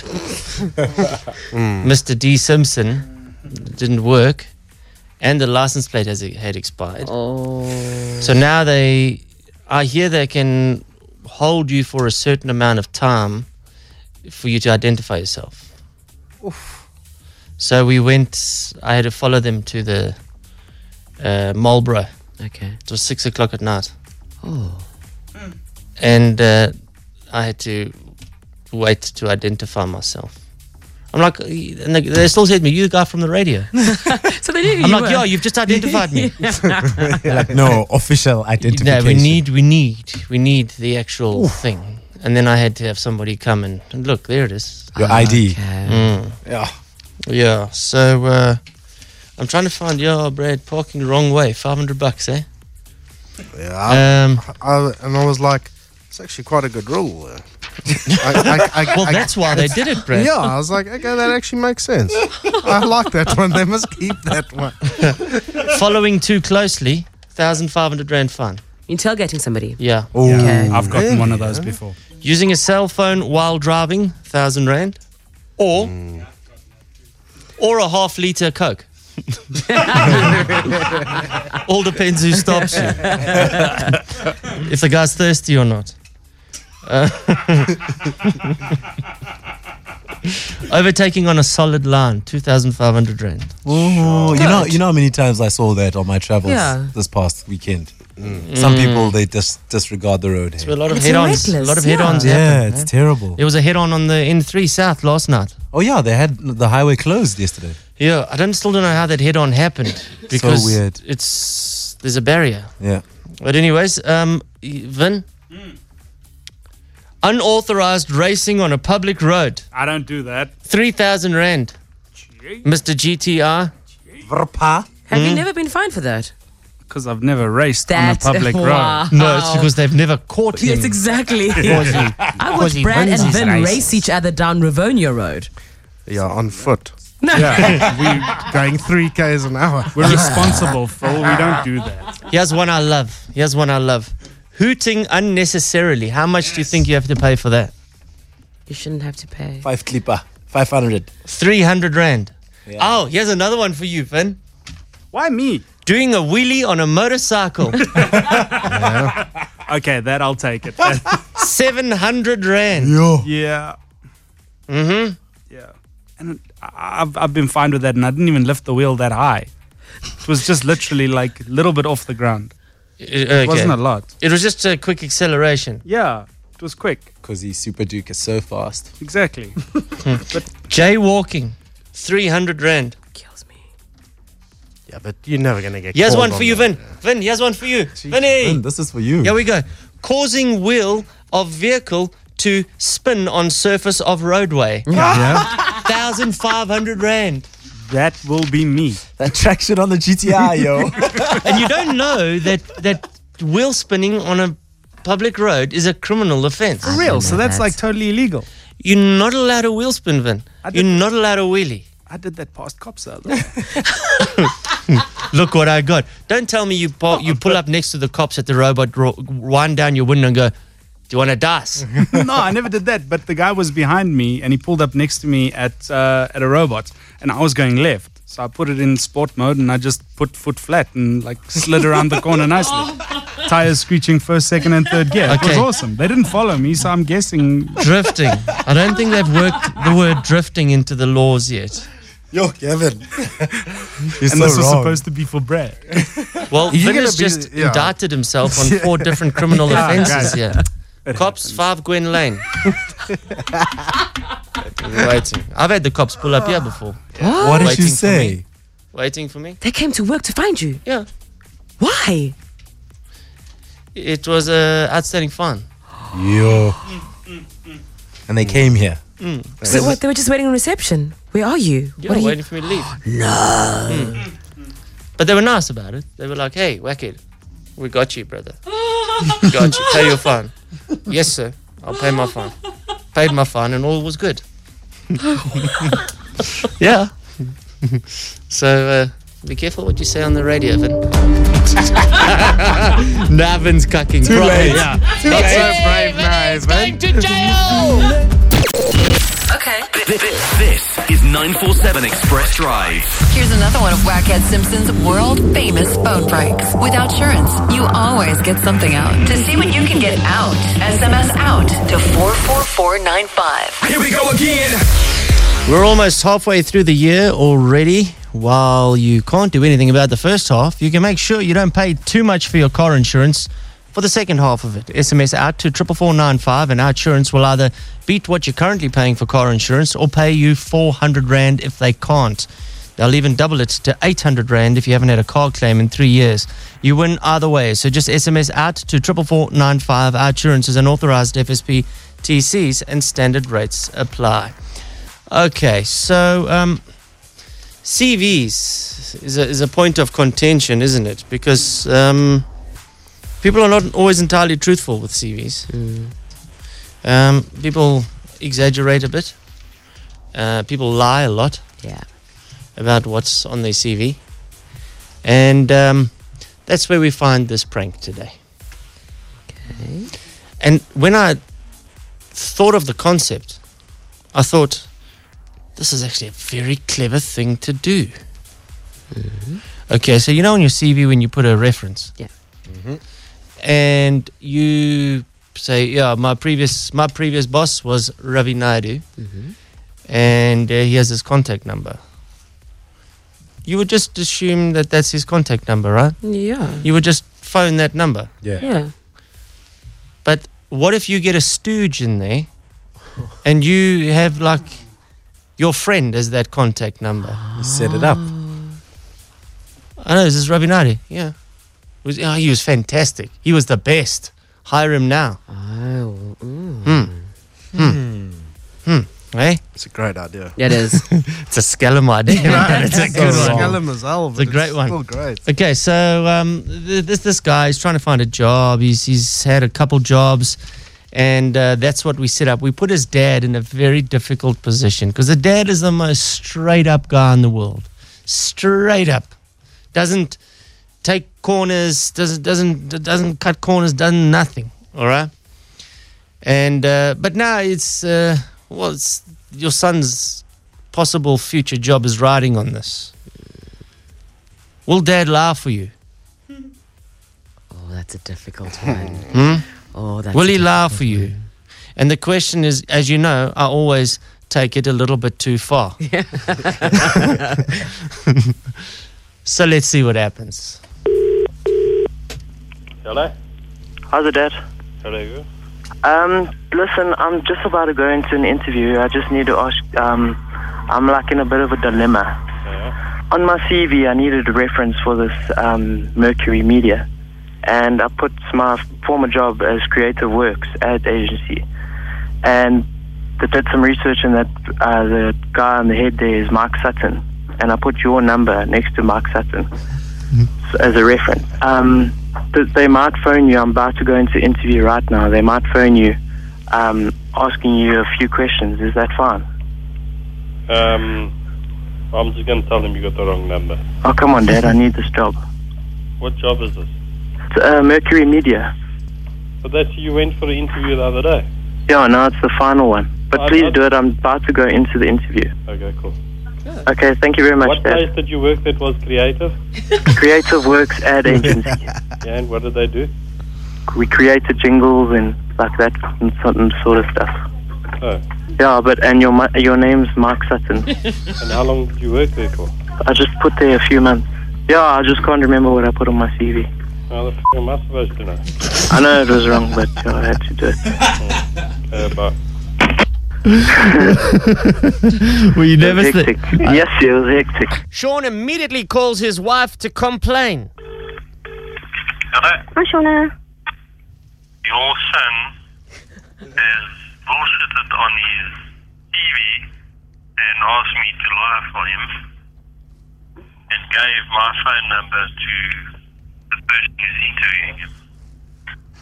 Speaker 4: Mr. D. Simpson. It didn't work. And the license plate has, had expired. So now they, I hear they can hold you for a certain amount of time for you to identify yourself. So we went, I had to follow them to the uh, Marlborough.
Speaker 5: Okay.
Speaker 4: It was six o'clock at night
Speaker 5: Oh.
Speaker 4: and uh, I had to wait to identify myself. I'm like, and they, they still said to me, "You the guy from the radio."
Speaker 5: So they knew
Speaker 4: I'm
Speaker 5: you
Speaker 4: like,
Speaker 5: were.
Speaker 4: "Yeah, you've just identified me."
Speaker 6: They're like, no, official
Speaker 4: no,
Speaker 6: identification.
Speaker 4: we need, we need, we need the actual thing. And then I had to have somebody come and, and look. There it is.
Speaker 6: Your ID.
Speaker 4: Mm.
Speaker 6: Yeah.
Speaker 4: Yeah. So uh, I'm trying to find. Yeah, Brad, parking the wrong way. Five hundred bucks, eh?
Speaker 7: Yeah.
Speaker 4: Um,
Speaker 7: I, and I was like, it's actually quite a good rule. uh." I, I,
Speaker 4: Well, that's why they did it, Brad.
Speaker 7: Yeah, I was like, okay, that actually makes sense. I like that one. They must keep that one.
Speaker 4: Following too closely, thousand five hundred rand fine.
Speaker 5: You're tailgating somebody.
Speaker 4: Yeah.
Speaker 6: Oh,
Speaker 5: Okay.
Speaker 8: I've gotten one of those before.
Speaker 4: Using a cell phone while driving, thousand rand, or or a half liter Coke. All depends who stops you. if the guy's thirsty or not. Uh, overtaking on a solid line, two thousand five hundred rand.
Speaker 6: Oh, you know,
Speaker 4: Good.
Speaker 6: you know how many times I saw that on my travels
Speaker 4: Yeah.
Speaker 6: this past weekend. Some
Speaker 4: Mm.
Speaker 6: people they dis- disregard the road.
Speaker 4: So a lot of
Speaker 6: It's
Speaker 4: head-ons. A
Speaker 6: reckless,
Speaker 4: lot of
Speaker 6: yeah.
Speaker 4: head-ons.
Speaker 6: Yeah,
Speaker 4: happen,
Speaker 6: it's
Speaker 4: eh?
Speaker 6: terrible.
Speaker 4: There was a head-on on the N3 South last night.
Speaker 6: Oh yeah, they had the highway closed yesterday.
Speaker 4: Yeah, I don't still don't know how that head on happened because
Speaker 6: weird.
Speaker 4: it's there's a barrier.
Speaker 6: Yeah.
Speaker 4: But anyways, um, y- Vin,
Speaker 8: Hmm.
Speaker 4: unauthorized racing on a public road,
Speaker 8: I don't do that.
Speaker 4: three thousand rand. Mr. GTR.
Speaker 6: Verpa.
Speaker 5: Have you
Speaker 4: Mm.
Speaker 5: never been fined for that?
Speaker 8: Because I've never raced
Speaker 5: That-
Speaker 8: on a public
Speaker 5: wow.
Speaker 8: road.
Speaker 4: No, it's because they've never caught him.
Speaker 5: Yes, exactly.
Speaker 4: Because he-
Speaker 5: I
Speaker 4: because
Speaker 5: watched
Speaker 4: he
Speaker 5: Brad
Speaker 4: wins
Speaker 5: and
Speaker 4: his
Speaker 5: Vin
Speaker 4: races.
Speaker 5: race each other down Rivonia Road.
Speaker 7: Yeah, on foot.
Speaker 5: No.
Speaker 7: Yeah, we going three k's an hour.
Speaker 8: We're responsible, Phil. We don't do that.
Speaker 4: Here's one I love. Here's one I love. Hooting unnecessarily. How much do you think you have to pay for that?
Speaker 5: You shouldn't have to pay.
Speaker 6: Five clipper, five hundred.
Speaker 4: Three hundred rand.
Speaker 6: Yeah.
Speaker 4: Oh, here's another one for you, Vin.
Speaker 8: Why me?
Speaker 4: Doing a wheelie on a motorcycle.
Speaker 8: Okay, that I'll take it.
Speaker 4: Seven hundred rand.
Speaker 6: Yo.
Speaker 8: yeah.
Speaker 4: Mm-hmm.
Speaker 8: and I- I've, I've been fine with that, and I didn't even lift the wheel that high. It was just literally like a little bit off the ground. It wasn't a lot.
Speaker 4: It was just a quick acceleration.
Speaker 8: Yeah, it was quick.
Speaker 6: Because he's super duke is so fast.
Speaker 8: Exactly.
Speaker 4: Hmm. Jaywalking, 300 Rand.
Speaker 7: Yeah, but you're never going to get
Speaker 4: Here's
Speaker 7: caught
Speaker 4: one for you, Vin. Vin, here's one for you. Vinny.
Speaker 6: Vin, this is for you.
Speaker 4: Here we go. Causing wheel of vehicle to spin on surface of roadway.
Speaker 6: Yeah.
Speaker 4: 1,500 Rand.
Speaker 8: That will be me.
Speaker 6: That traction on the GTI, yo.
Speaker 4: and you don't know that, that wheel spinning on a public road is a criminal offense.
Speaker 8: For real. So that's like totally illegal.
Speaker 4: You're not allowed a wheel spin, Vin. You're not allowed a wheelie.
Speaker 8: I did that past cops though.
Speaker 4: Look what I got. Don't tell me you pull, you pull up next to the cops at the robot, ro- wind down your window and go, Do you want a dice?
Speaker 8: no, I never did that. But the guy was behind me, and he pulled up next to me at uh, at a robot, and I was going left. So I put it in sport mode, and I just put foot flat and like slid around the corner nicely. Tires screeching first, second, and third gear. It was
Speaker 4: Okay.
Speaker 8: awesome. They didn't follow me, so I'm guessing
Speaker 4: drifting. I don't think they've worked the word drifting into the laws yet.
Speaker 6: Yo, Kevin.
Speaker 8: and
Speaker 4: so
Speaker 8: this was
Speaker 4: wrong.
Speaker 8: supposed to be for Brad.
Speaker 4: Well,
Speaker 8: You're
Speaker 4: Vin has
Speaker 8: gonna be-
Speaker 4: just
Speaker 8: yeah.
Speaker 4: indicted himself on
Speaker 8: Yeah.
Speaker 4: four different criminal
Speaker 8: Yeah, guys.
Speaker 4: offences here. Cops, five Gwen Lane. Waiting. I've had the cops pull up here before.
Speaker 5: What? What did
Speaker 4: Waiting
Speaker 5: you
Speaker 4: for
Speaker 5: say?
Speaker 4: me. Waiting for me?
Speaker 5: They came to work to find you.
Speaker 4: Yeah.
Speaker 5: Why?
Speaker 4: It was a outstanding fine.
Speaker 6: Yo. And they came here.
Speaker 5: So what? They were just waiting on reception. Where are you?
Speaker 4: Hmm. Yeah,
Speaker 5: what are
Speaker 4: waiting
Speaker 5: you?
Speaker 4: for me to leave. No. But they were nice about it. They were like, hey, Wackhead, we got you, brother. got you. Pay your fine. yes, sir. I'll pay my fine. Paid my fine, and all was good. yeah. so uh, be careful what you say on the radio, Vin. nah, Vin's cucking.
Speaker 2: Too
Speaker 4: Probably,
Speaker 2: late.
Speaker 4: Yeah.
Speaker 2: Too
Speaker 4: Not so
Speaker 2: late.
Speaker 4: brave now, is Vin.
Speaker 3: Okay.
Speaker 1: This is 947 Express Drive.
Speaker 3: Here's another one of Wackhead Simpson's world famous phone pranks. With Outsurance, you always get something out. To see what you can get out, SMS out to 44495. Here we go again.
Speaker 4: We're almost halfway through the year already. While you can't do anything about the first half, you can make sure you don't pay too much for your car insurance for the second half of it. SMS out to 44495 and our insurance will either beat what you're currently paying for car insurance or pay you 400 Rand if they can't. They'll even double it to 800 Rand if you haven't had a car claim in three years. You win either way, so just SMS out to 44495. Our insurance is an authorized FSP TCs and standard rates apply. Okay, so um, CVs is a, is a point of contention, isn't it? Because um, people are not always entirely truthful with CVs. Um, people exaggerate a bit. Uh, people lie a lot.
Speaker 5: Yeah.
Speaker 4: About what's on their CV, and um, that's where we find this prank today. Okay. And when I thought of the concept, I thought, this is actually a very clever thing to do. Okay, so you know on your CV when you put a reference,
Speaker 5: Mm-hmm. yeah,
Speaker 4: and you say, yeah, my previous my previous boss was Ravi Naidu,
Speaker 5: Mm-hmm.
Speaker 4: and uh, he has his contact number. You would just assume that that's his contact number, right?
Speaker 5: Yeah.
Speaker 4: You would just phone that number.
Speaker 5: Hmm. Yeah.
Speaker 4: But what if you get a stooge in there and you have like your friend as that contact number? You set it up. I know, this is Robbie Nardi. Yeah. Was, oh, he was fantastic. He was the best. Hire him now. Oh.
Speaker 5: mm.
Speaker 4: Hmm. Hmm. Hmm. Eh?
Speaker 7: It's a great idea.
Speaker 5: It is.
Speaker 4: it's a scallum idea.
Speaker 7: Right,
Speaker 4: it's a
Speaker 7: it's
Speaker 4: good
Speaker 7: a
Speaker 4: one.
Speaker 7: scallum as hell,
Speaker 4: It's
Speaker 7: but
Speaker 4: a
Speaker 7: it's
Speaker 4: great one.
Speaker 7: still great.
Speaker 4: Okay, so um, th- this this guy is trying to find a job. He's he's had a couple jobs, and uh, that's what we set up. We put his dad in a very difficult position because the dad is the most straight up guy in the world. Straight up, doesn't take corners. Doesn't doesn't doesn't cut corners. Doesn't nothing. All right. And uh, but now it's uh, well, it's your son's possible future job is riding on this. Will Dad laugh for you?
Speaker 5: Oh, that's a difficult one.
Speaker 4: Hmm?
Speaker 5: Oh, that's
Speaker 4: Will
Speaker 5: a
Speaker 4: he laugh for you? And the question is, as you know, I always take it a little bit too far. so let's see what happens.
Speaker 15: Hello?
Speaker 16: How's it, Dad?
Speaker 15: Hello.
Speaker 16: Um, listen, I'm just about to go into an interview. I just need to ask. Um, I'm like in a bit of a dilemma. On my CV, I needed a reference for this um, Mercury Media, and I put my former job as Creative Works ad agency, and they did some research, and that uh, the guy on the head there is Mark Sutton, and I put your number next to Mark Sutton s- as a reference. Um, th- they might phone you. I'm about to go into interview right now. They might phone you, um, asking you a few questions. Is that fine?
Speaker 15: Um, I'm just going to tell them you got the wrong number.
Speaker 16: Oh, come on, Dad. I need this job.
Speaker 15: What job is this?
Speaker 16: It's, uh, Mercury Media.
Speaker 15: But that's you went for the interview the other day.
Speaker 16: Yeah, no, it's the final one. But
Speaker 15: Oh,
Speaker 16: please
Speaker 15: no.
Speaker 16: do it. I'm about to go into the interview.
Speaker 15: Okay, cool.
Speaker 16: Okay, thank you very much,
Speaker 15: What
Speaker 16: Dad.
Speaker 15: place did you work that was creative?
Speaker 16: Creative Works Ad Agency.
Speaker 15: Yeah, and what did they do?
Speaker 16: we created jingles and like that and some sort of stuff.
Speaker 15: Oh.
Speaker 16: Yeah, but and your mu- your name's Mark Sutton.
Speaker 15: And how long did you work there for?
Speaker 16: I just put there a few months. Yeah, I just can't remember what I put on my CV.
Speaker 15: How the f*** am I supposed to know?
Speaker 16: I know it was wrong, but yeah, I had to do
Speaker 15: Okay, bye.
Speaker 4: it. Were you nervous? that-
Speaker 16: Hectic. yes, it was hectic.
Speaker 4: Sean immediately calls his wife to complain.
Speaker 17: Hi, Shauna.
Speaker 18: Your son has bullshitted on his TV and asked me to lie for him and gave my phone number to the person who's interviewing him.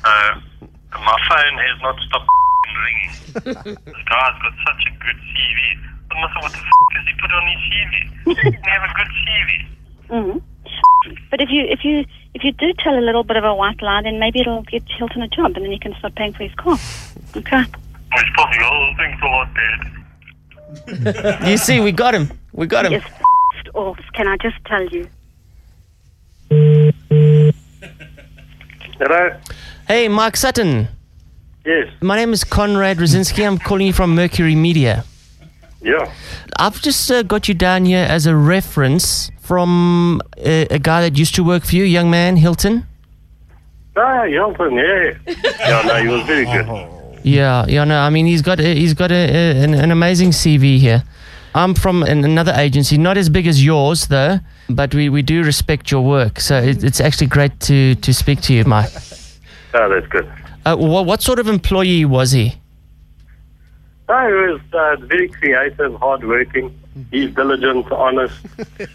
Speaker 18: So my phone has not stopped ringing. this guy's got such a good CV. And I thought, what the f does he put on his CV? He doesn't have a good CV.
Speaker 17: Mm. But if you if you if you do tell a little bit of a white lie, then maybe it'll get Hilton a job, and then he can start paying for his car. Okay.
Speaker 18: He's probably all things a lot dead.
Speaker 4: You see, we got him. We got him.
Speaker 17: Yes. Off. Can I just tell you?
Speaker 18: Hello?
Speaker 4: Hey, Mark Sutton.
Speaker 18: Yes.
Speaker 4: My name is Conrad Rosinski. I'm calling you from Mercury Media.
Speaker 18: Yeah.
Speaker 4: I've just uh, got you down here as a reference from uh, a, a guy that used to work for you, young man, Hilton.
Speaker 18: Ah, Hilton, yeah. yeah, no, he was very good.
Speaker 4: Oh. Yeah, yeah, no, I mean he's got a, he's got a, a, an, an amazing CV here. I'm from an, another agency, not as big as yours though, but we, we do respect your work. So it, it's actually great to, to speak to you, Mike.
Speaker 18: Oh, that's good.
Speaker 4: Uh, what, what sort of employee was he?
Speaker 18: No, he was uh, very creative, hardworking. He's diligent, honest,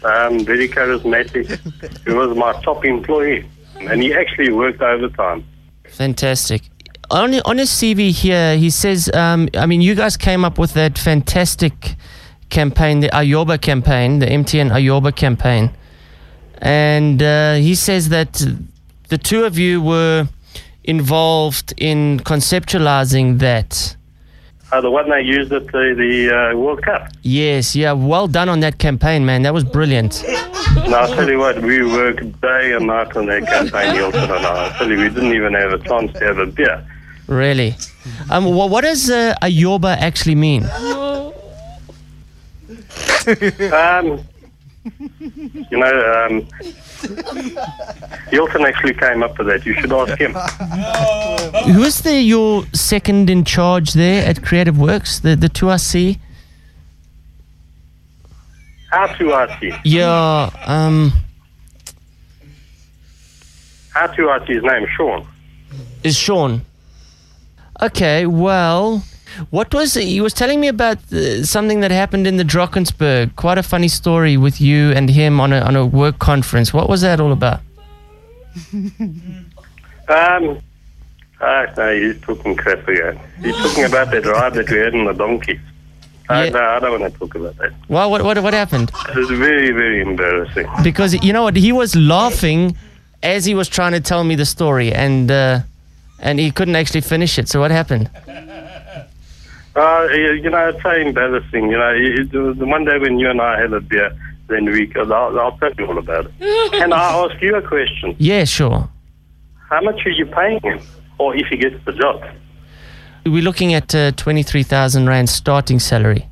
Speaker 18: um, very charismatic. He was my top employee, and he actually worked overtime.
Speaker 4: Fantastic. On, on his CV here, he says, um, I mean, you guys came up with that fantastic campaign, the Ayoba campaign, the MTN Ayoba campaign. And uh, he says that the two of you were involved in conceptualizing that.
Speaker 18: Uh, the one they used at the, the uh, World Cup.
Speaker 4: Yes, yeah, well done on that campaign, man. That was brilliant.
Speaker 18: Now, I'll tell you what, we worked day and night on that campaign, Hilton and I. I'll tell you, we didn't even have a chance to have a beer.
Speaker 4: Really. Um, wha what does uh, Ayoba actually mean?
Speaker 18: um, you know, um, Hilton actually came up with that. You should ask him.
Speaker 4: Who is the your second in charge there at Creative Works? The the two I see.
Speaker 18: How to RT?
Speaker 4: Yeah. Um.
Speaker 18: How to RT's name, Sean.
Speaker 4: Is Sean? Okay. Well, what was it? He was telling me about uh, something that happened in the Drakensberg. Quite a funny story with you and him on a on a work conference. What was that all about?
Speaker 18: Um, ah, no, he's talking crap again. He's talking about that ride that we had on the donkey. Ah, no, I don't want to talk about that.
Speaker 4: Well, what what what happened?
Speaker 18: It was very, very embarrassing.
Speaker 4: Because you know what, he was laughing as he was trying to tell me the story, and uh, and he couldn't actually finish it. So what happened?
Speaker 18: Uh, you you know, it's so embarrassing. You know, it, it was the one day when you and I had a beer, then we, I'll, I'll tell you all about it. Can I ask you a question?
Speaker 4: Yeah, sure.
Speaker 18: How much are you paying him? Or if he gets the job?
Speaker 4: We're looking at uh, 23,000 Rand starting salary.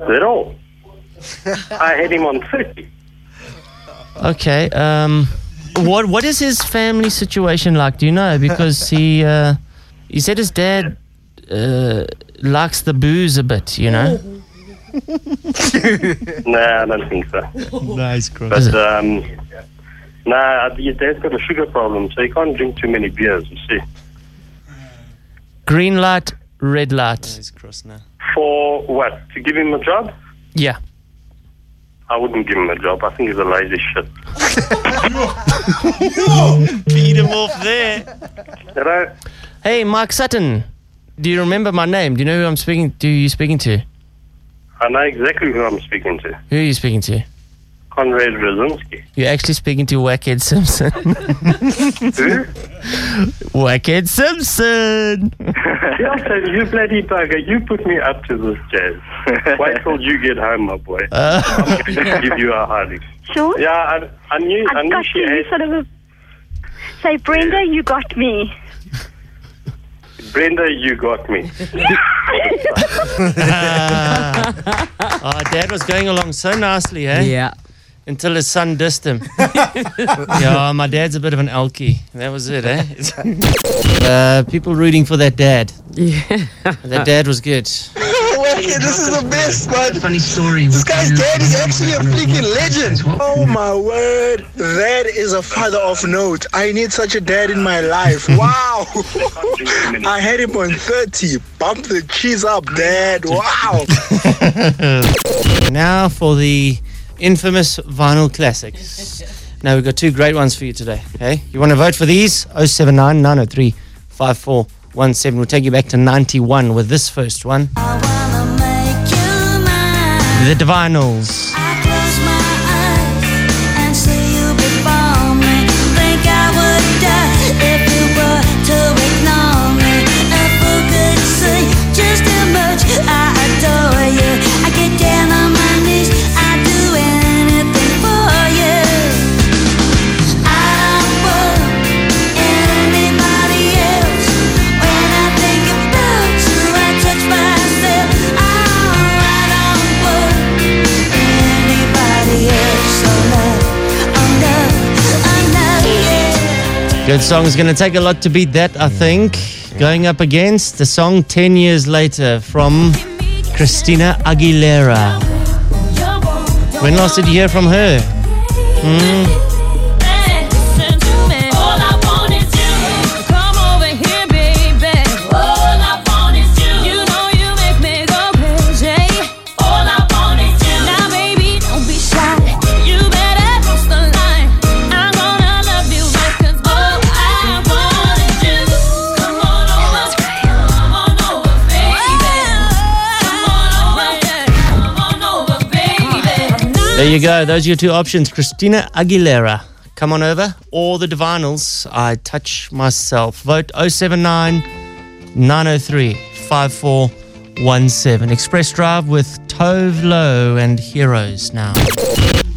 Speaker 18: at all. I had him on 30.
Speaker 4: Okay. Um, what what is his family situation like? Do you know? Because he uh, he said his dad uh, likes the booze a bit. You know.
Speaker 18: nah, I don't think so.
Speaker 4: Nice,
Speaker 18: But um, nah, your dad's got a sugar problem, so he can't drink too many beers. You see,
Speaker 4: Green light, red light.
Speaker 18: for what? To give him a job?
Speaker 4: Yeah.
Speaker 18: I wouldn't give him a job. I think he's a lazy shit.
Speaker 4: Beat him off there.
Speaker 18: Hello.
Speaker 4: Hey, Mike Sutton. Do you remember my name? Do you know who I'm speaking? Do you speaking to?
Speaker 18: I know exactly who I'm speaking to.
Speaker 4: Who are you speaking to?
Speaker 18: Conrad Rosinski.
Speaker 4: You're actually speaking to Wackhead Simpson.
Speaker 18: Who?
Speaker 4: Wackhead Simpson.
Speaker 18: Elton, you bloody bugger. You put me up to this jazz. Wait till you get home, my boy.
Speaker 4: Uh.
Speaker 18: I'm going to give you a hiding.
Speaker 17: Sure.
Speaker 18: Yeah, I, I knew, I
Speaker 17: I've
Speaker 18: knew
Speaker 17: got
Speaker 18: she
Speaker 17: you. You
Speaker 18: had
Speaker 17: sort of a, say, Brenda, you got me.
Speaker 18: Brenda, you got me.
Speaker 4: Our dad was going along so nicely, eh?
Speaker 19: Yeah.
Speaker 4: Until his son dissed him. yeah, my dad's a bit of an alky. That was it, eh? uh, people rooting for that dad. Yeah. That dad was good.
Speaker 2: Wicked, this is the best, man. Funny story. This guy's dad is actually a freaking legend. Oh my word, that is a father of note. I need such a dad in my life. Wow. I had him on 30. Bump the cheese up, dad. Wow.
Speaker 4: now for the infamous vinyl classics. Now we've got two great ones for you today. Okay, you want to vote for these? 079 903 5417. We'll take you back to 91 with this first one. The Divinals. Good song is going to take a lot to beat that, I think. Going up against the song 10 years later from Christina Aguilera. When last did you hear from her? Hmm. There you go. Those are your two options Christina Aguilera, Come On Over, or The Divinals, I Touch Myself. Vote 079 903 5417. Express Drive with Tove Lo and Heroes now.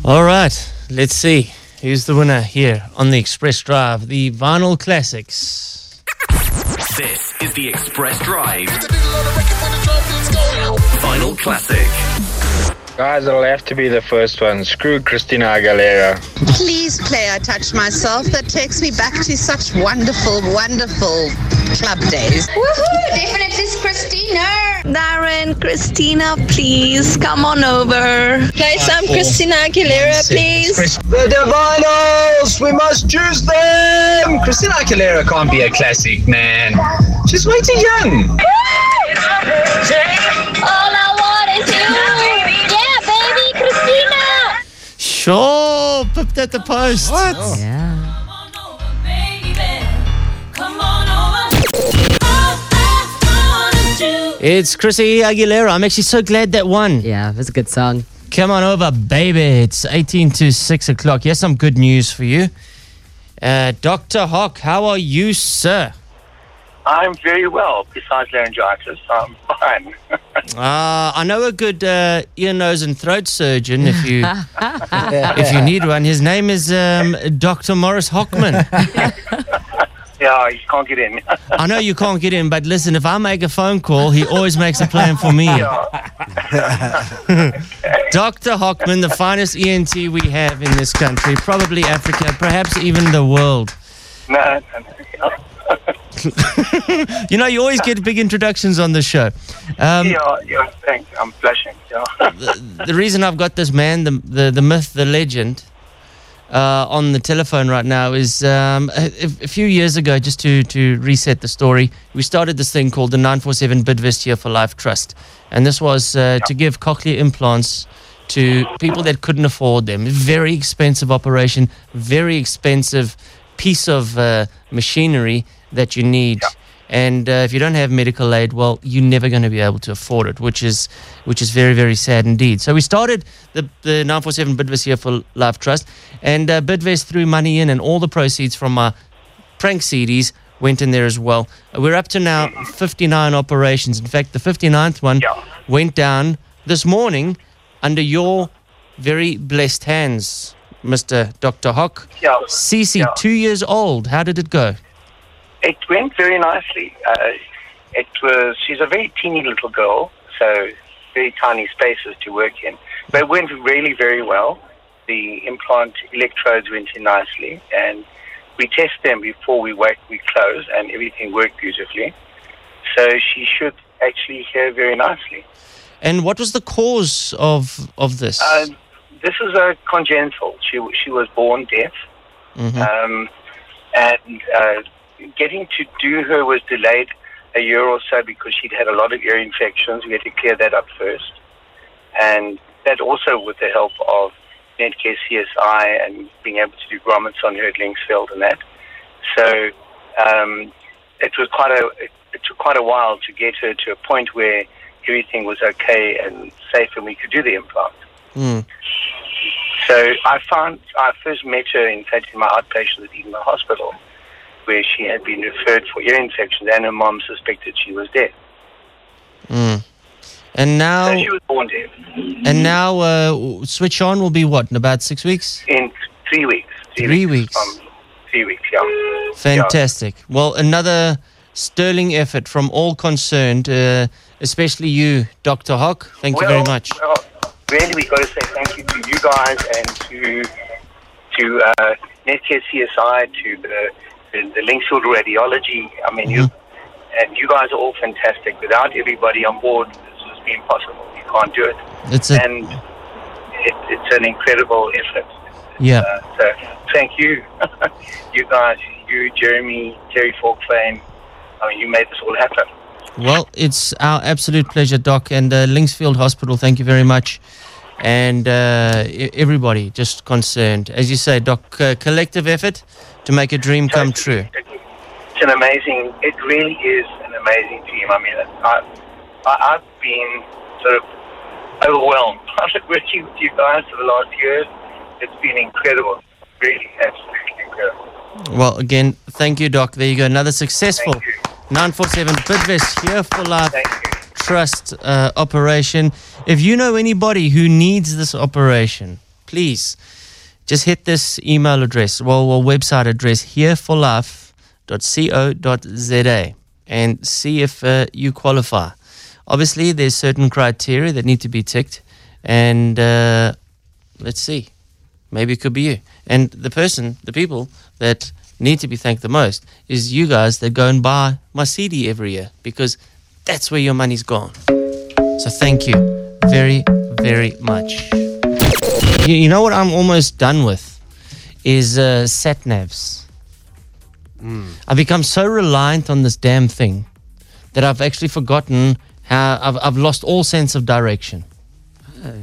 Speaker 4: All right, let's see who's the winner here on the Express Drive, the Vinyl Classics.
Speaker 1: This is the Express Drive. Final Classic.
Speaker 8: Guys, it'll have to be the first one. Screw Christina Aguilera.
Speaker 20: Please play I Touch Myself. That takes me back to such wonderful, wonderful club days.
Speaker 21: Woohoo! Definitely Christina. Darren, Christina, please come on over. Play some
Speaker 2: four,
Speaker 21: Christina Aguilera, please.
Speaker 2: The Divinos, we must choose them. Christina Aguilera can't be a classic, man. She's way too young.
Speaker 21: All I want is you. Yeah, baby, Christina.
Speaker 4: Sure, pipped at the post. What? Yeah. It's Chrissy Aguilera. I'm actually so glad that won. Yeah, that's a good song. Come on over, baby. It's 18 to 6 o'clock. Here's some good news for you. Uh, Dr. Hock, how are you, sir?
Speaker 22: I'm very well, besides laryngitis. I'm fine.
Speaker 4: Uh, I know a good uh, ear, nose, and throat surgeon if you if you need one. His name is um, Dr. Morris Hockman.
Speaker 22: Yeah, you can't get in.
Speaker 4: I know you can't get in, but listen, if I make a phone call, he always makes a plan for me. Dr. Hockman, the finest ENT we have in this country, probably Africa, perhaps even the world.
Speaker 22: no, no, no.
Speaker 4: You know, you always get big introductions on the show. Um,
Speaker 22: yeah, yeah, thanks. I'm blushing. Yeah.
Speaker 4: the reason I've got this man, the the, the myth, the legend, uh, on the telephone right now is um, a, a few years ago. Just to to reset the story, we started this thing called the 947 Bidvestia for Life Trust, and this was uh, to give cochlear implants to people that couldn't afford them. Very expensive operation, very expensive piece of uh, machinery that you need. And uh, if you don't have medical aid, well, you're never going to be able to afford it, which is which is very very sad indeed. So we started the the 947 Bidvest here for Life Trust, and uh, Bidvest threw money in, and all the proceeds from my prank CDs went in there as well. Uh, We're up to now 59 operations. In fact, the 59th one went down this morning under your very blessed hands, Mr. Dr. Hock.
Speaker 22: Yeah.
Speaker 4: Cece, two years old. How did it go?
Speaker 22: It went very nicely. Uh, it was. She's a very teeny little girl, so very tiny spaces to work in. But it went really very well. The implant electrodes went in nicely, and we test them before we wake, we close, and everything worked beautifully. So she should actually hear very nicely.
Speaker 4: And what was the cause of of this?
Speaker 22: Uh, this is a congenital. She she was born deaf.
Speaker 4: Mhm.
Speaker 22: Um, and uh, getting to do her was delayed a year or so because she'd had a lot of ear infections. We had to clear that up first. And that also with the help of Medcare CSI and being able to do grommets on her at Linksfeld and that. So um, it was quite a it, it took quite a while to get her to a point where everything was okay and safe and we could do the implant.
Speaker 4: Mm.
Speaker 22: So I found I first met her, in fact, in my outpatient at Eden Hospital, where she had been referred for ear infections, and her mom suspected she was deaf.
Speaker 4: Mm. And now,
Speaker 22: So she was born deaf
Speaker 4: Oh. and now, uh, w- switch on will be what in about six weeks?
Speaker 22: in three weeks.
Speaker 4: Three weeks.
Speaker 22: Um, three weeks, yeah.
Speaker 4: Fantastic. Well, another sterling effort from all concerned, uh, especially you, Doctor Hock. Thank you very
Speaker 22: Well,
Speaker 4: much.
Speaker 22: Well, really, we've got to say thank you to you guys and to to uh, Netcare CSI, to the, the, the Linksfield Radiology. I mean, you and you guys are all fantastic. Without everybody on board, this would be impossible. You can't do it.
Speaker 4: It's a-
Speaker 22: and it, it's an incredible effort.
Speaker 4: Yeah.
Speaker 22: Uh, so thank you, you guys, you Jeremy, Terry Forkflame. I mean, you made this all happen.
Speaker 4: Well, it's our absolute pleasure, Doc, and uh, Linksfield Hospital. Thank you very much, and uh, e- everybody just concerned, as you say, Doc. Uh, collective effort to make a dream come true.
Speaker 22: it's an amazing. It really is an amazing team. I mean, I, I, I've been sort of overwhelmed after working with you guys for the last years. It's been incredible, really, absolutely incredible.
Speaker 4: Well, again, thank you, Doc. There you go. Another successful 947 Bidvest Here for Life Trust uh, operation. If you know anybody who needs this operation, please just hit this email address, well, well website address, hereforlife.co.za, and see if uh, you qualify. Obviously, there's certain criteria that need to be ticked, and uh, let's see. Maybe it could be you. And the person, the people that need to be thanked the most is you guys that go and buy my CD every year because that's where your money's gone. So thank you very, very much. You, you know what I'm almost done with is uh, sat navs. I've become so reliant on this damn thing that I've actually forgotten how I've, I've lost all sense of direction.
Speaker 7: Oh.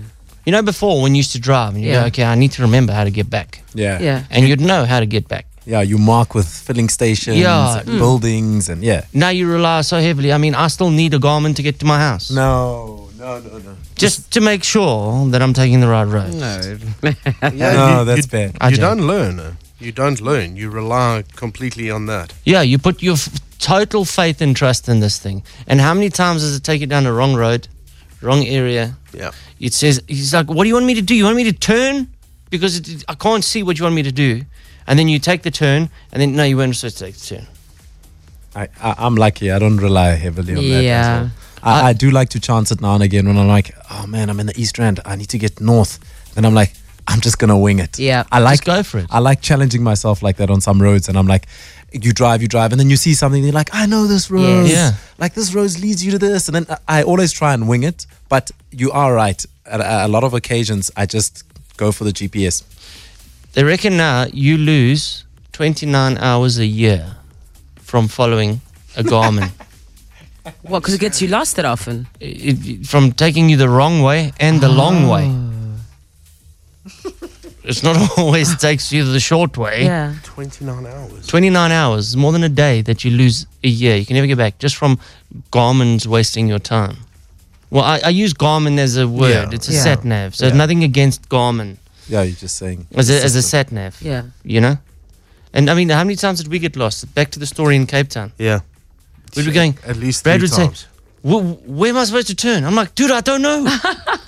Speaker 4: You know, before when you used to drive and you
Speaker 6: Yeah.
Speaker 4: go, okay, I need to remember how to get back.
Speaker 6: Yeah. Yeah.
Speaker 4: And you'd know how to get back.
Speaker 6: Yeah, you mark with filling stations,
Speaker 4: Yeah.
Speaker 6: and
Speaker 4: Mm.
Speaker 6: buildings, and yeah.
Speaker 4: Now you rely so heavily. I mean, I still need a Garmin to get to my house.
Speaker 6: No, no, no, no.
Speaker 4: Just to make sure that I'm taking the right road.
Speaker 7: No.
Speaker 4: Yeah,
Speaker 7: you- you,
Speaker 4: I
Speaker 7: You
Speaker 4: joke.
Speaker 7: don't learn. You don't learn. You rely completely on that.
Speaker 4: Yeah, you put your f- total faith and trust in this thing. And how many times does it take you down the wrong road, wrong area?
Speaker 7: Yeah.
Speaker 4: It says, he's like, what do you want me to do? You want me to turn? Because it, I can't see what you want me to do. And then you take the turn, and then, no, you weren't supposed to take the turn.
Speaker 6: I, I I'm lucky. I don't rely heavily on that.
Speaker 5: Yeah. Uh,
Speaker 6: at all. I, I do like to chance it now and again when I'm like, oh man, I'm in the East Rand. I need to get north. Then I'm like, I'm just gonna wing it.
Speaker 5: Yeah.
Speaker 6: I like go for it. I like challenging myself like that on some roads, and I'm like, you drive, you drive, and then you see something, and you're like, I know this road.
Speaker 4: Yes. Yeah.
Speaker 6: Like this road leads you to this, and then I I always try and wing it. But you are right. At a, a lot of occasions, I just go for the GPS.
Speaker 4: They reckon now you lose 29 hours a year from following a Garmin.
Speaker 5: What? Because it gets you lost that often.
Speaker 4: It- from taking you the wrong way and the
Speaker 5: Ah.
Speaker 4: long way. It's not always takes you the short
Speaker 7: Eh?
Speaker 4: way.
Speaker 12: 29 hours.
Speaker 4: 29 hours, more than a day that you lose a year. You can never get back just from Garmin's wasting your time. Well, I, I use Garmin as a word.
Speaker 6: Yeah.
Speaker 4: It's a
Speaker 6: Yeah.
Speaker 4: sat nav. So
Speaker 6: Yeah.
Speaker 4: nothing against Garmin
Speaker 6: Yeah, you're just saying.
Speaker 4: as a, as a sat nav.
Speaker 5: Yeah.
Speaker 4: You know? And I mean, how many times did we get lost? Back to the story in Cape Town.
Speaker 12: Yeah.
Speaker 4: We'd be going,
Speaker 12: At least
Speaker 4: Brad
Speaker 12: three
Speaker 4: would
Speaker 12: times.
Speaker 4: say, "Wh- wh- Where am I supposed to turn? I'm like, Dude, I don't know.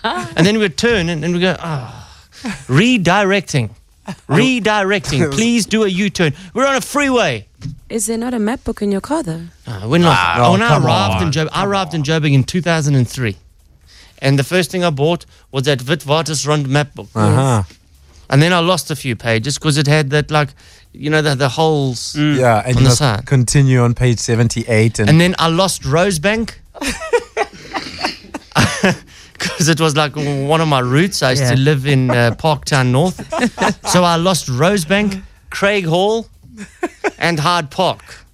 Speaker 4: and then we'd turn and, and we'd go, Ah, redirecting. Redirecting. Please do a U turn. We're on a freeway.
Speaker 5: Is there not a map book in your car though?
Speaker 4: No, we're not.
Speaker 5: Ah, oh,
Speaker 4: when I
Speaker 5: come
Speaker 4: arrived in
Speaker 5: on,
Speaker 4: Joburg, I arrived in Joburg in 2003, and the first thing I bought was that Witwatersrand map book.
Speaker 6: Uh-huh.
Speaker 4: And then I lost a few pages because it had that like, you know, the, the holes
Speaker 6: Mm. Yeah, and
Speaker 4: on
Speaker 6: you
Speaker 4: the
Speaker 6: must
Speaker 4: side.
Speaker 6: continue on page 78 and,
Speaker 4: And then I lost Rosebank because it was like one of my roots. I used to
Speaker 6: Yeah.
Speaker 4: live in uh, Parktown North, so I lost Rosebank, Craig Hall, and Hyde Park.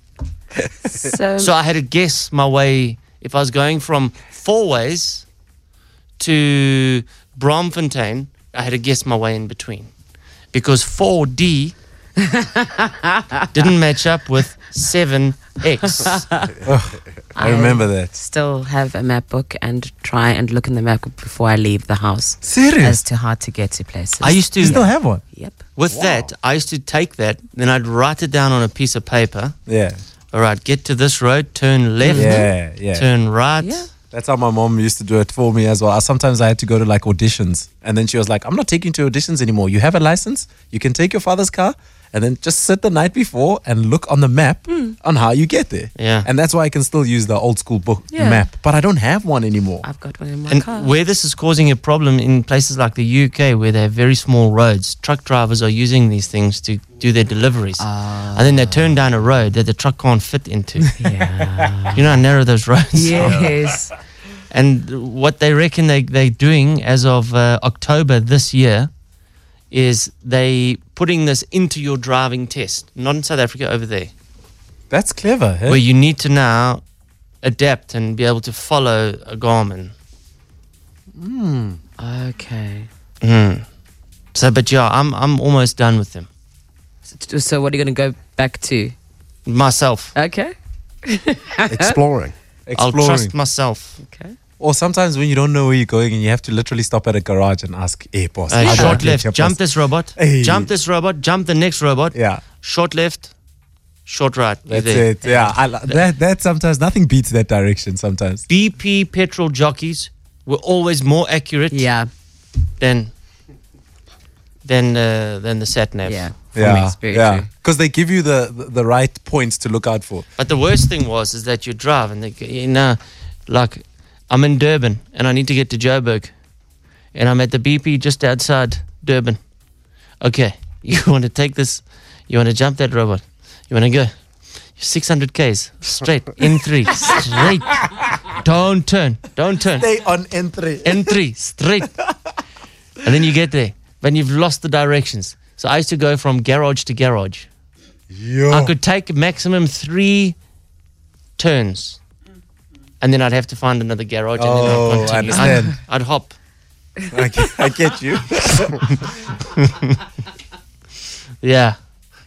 Speaker 5: So-
Speaker 4: I had to guess my way if I was going from Four Ways to Bromfontein. I had to guess my way in between because 4D didn't match up with 7X.
Speaker 6: I remember that.
Speaker 5: Still have a map book and try and look in the map book before I leave the house.
Speaker 4: Serious?
Speaker 5: As to how to get to places.
Speaker 4: I used to
Speaker 6: one.
Speaker 5: Yep.
Speaker 4: With that, I used to take that, then I'd write it down on a piece of paper.
Speaker 6: Yeah.
Speaker 4: All right, get to this road, turn left,
Speaker 6: Yeah, yeah.
Speaker 4: turn right.
Speaker 6: That's how my mom used to do it for me as well. I- Sometimes I had to go to like auditions, and then she was like, "I'm not taking you to auditions anymore. You have a license. You can take your father's car, and then just sit the night before and look on the map
Speaker 5: Hmm.
Speaker 6: on how you get there."
Speaker 4: Yeah.
Speaker 6: and that's why I can still use the old school book
Speaker 4: Yeah.
Speaker 6: map, but I don't have one anymore.
Speaker 5: I've got one in my
Speaker 4: And
Speaker 5: car.
Speaker 4: where this is causing a problem in places like the UK, where they have very small roads, truck drivers are using these things to do their deliveries.
Speaker 6: Ah.
Speaker 4: and then they turn down a road that the truck can't fit into. you know how narrow those roads are?
Speaker 5: Yes.
Speaker 4: And what they reckon they, they're doing as of uh, October this year is they putting this into your driving test, not in South Africa, over there,
Speaker 6: That's clever. Hey?
Speaker 4: where you need to now adapt and be able to follow a Garmin.
Speaker 5: Hmm. Okay.
Speaker 4: Mm. So, but yeah, I'm I'm almost done with them.
Speaker 5: So, so what are you going to go back to?
Speaker 4: Myself.
Speaker 5: Okay.
Speaker 6: Exploring.
Speaker 4: I'll
Speaker 6: Exploring.
Speaker 4: trust myself.
Speaker 5: Okay.
Speaker 6: Or sometimes when you don't know where you're going and you have to literally stop at a garage and ask, "Hey, boss, how
Speaker 4: Uh,
Speaker 6: do I
Speaker 4: short
Speaker 6: get
Speaker 4: left.
Speaker 6: here,
Speaker 4: Jump
Speaker 6: boss?"
Speaker 4: this robot.
Speaker 6: Hey.
Speaker 4: Jump this robot. Jump the next robot.
Speaker 6: Yeah.
Speaker 4: Short left. Short right. You're
Speaker 6: That's
Speaker 4: there.
Speaker 6: it. Yeah, I, li- that that sometimes nothing beats that direction. Sometimes.
Speaker 4: BP petrol jockeys were always more accurate.
Speaker 5: Yeah.
Speaker 4: Than than uh, than the sat nav. Yeah.
Speaker 6: Yeah, yeah, because they give you the, the the right points to look out for.
Speaker 4: But the worst thing was is that you drive and they, go, you know, like I'm in Durban and I need to get to Joburg, and I'm at the BP just outside Durban. Okay, you want to take this, you want to jump that robot, you want to go 600 k's straight in three straight. Don't turn, don't turn.
Speaker 6: Stay on N three.
Speaker 4: N three straight, and then you get there, then you've lost the directions. So I used to go from garage to garage. I could take maximum three turns, and then I'd have to find another garage, and
Speaker 6: Oh,
Speaker 4: then I'd
Speaker 6: I
Speaker 4: continue.
Speaker 6: understand.
Speaker 4: I'd, I'd hop.
Speaker 6: I get, I get you.
Speaker 4: yeah,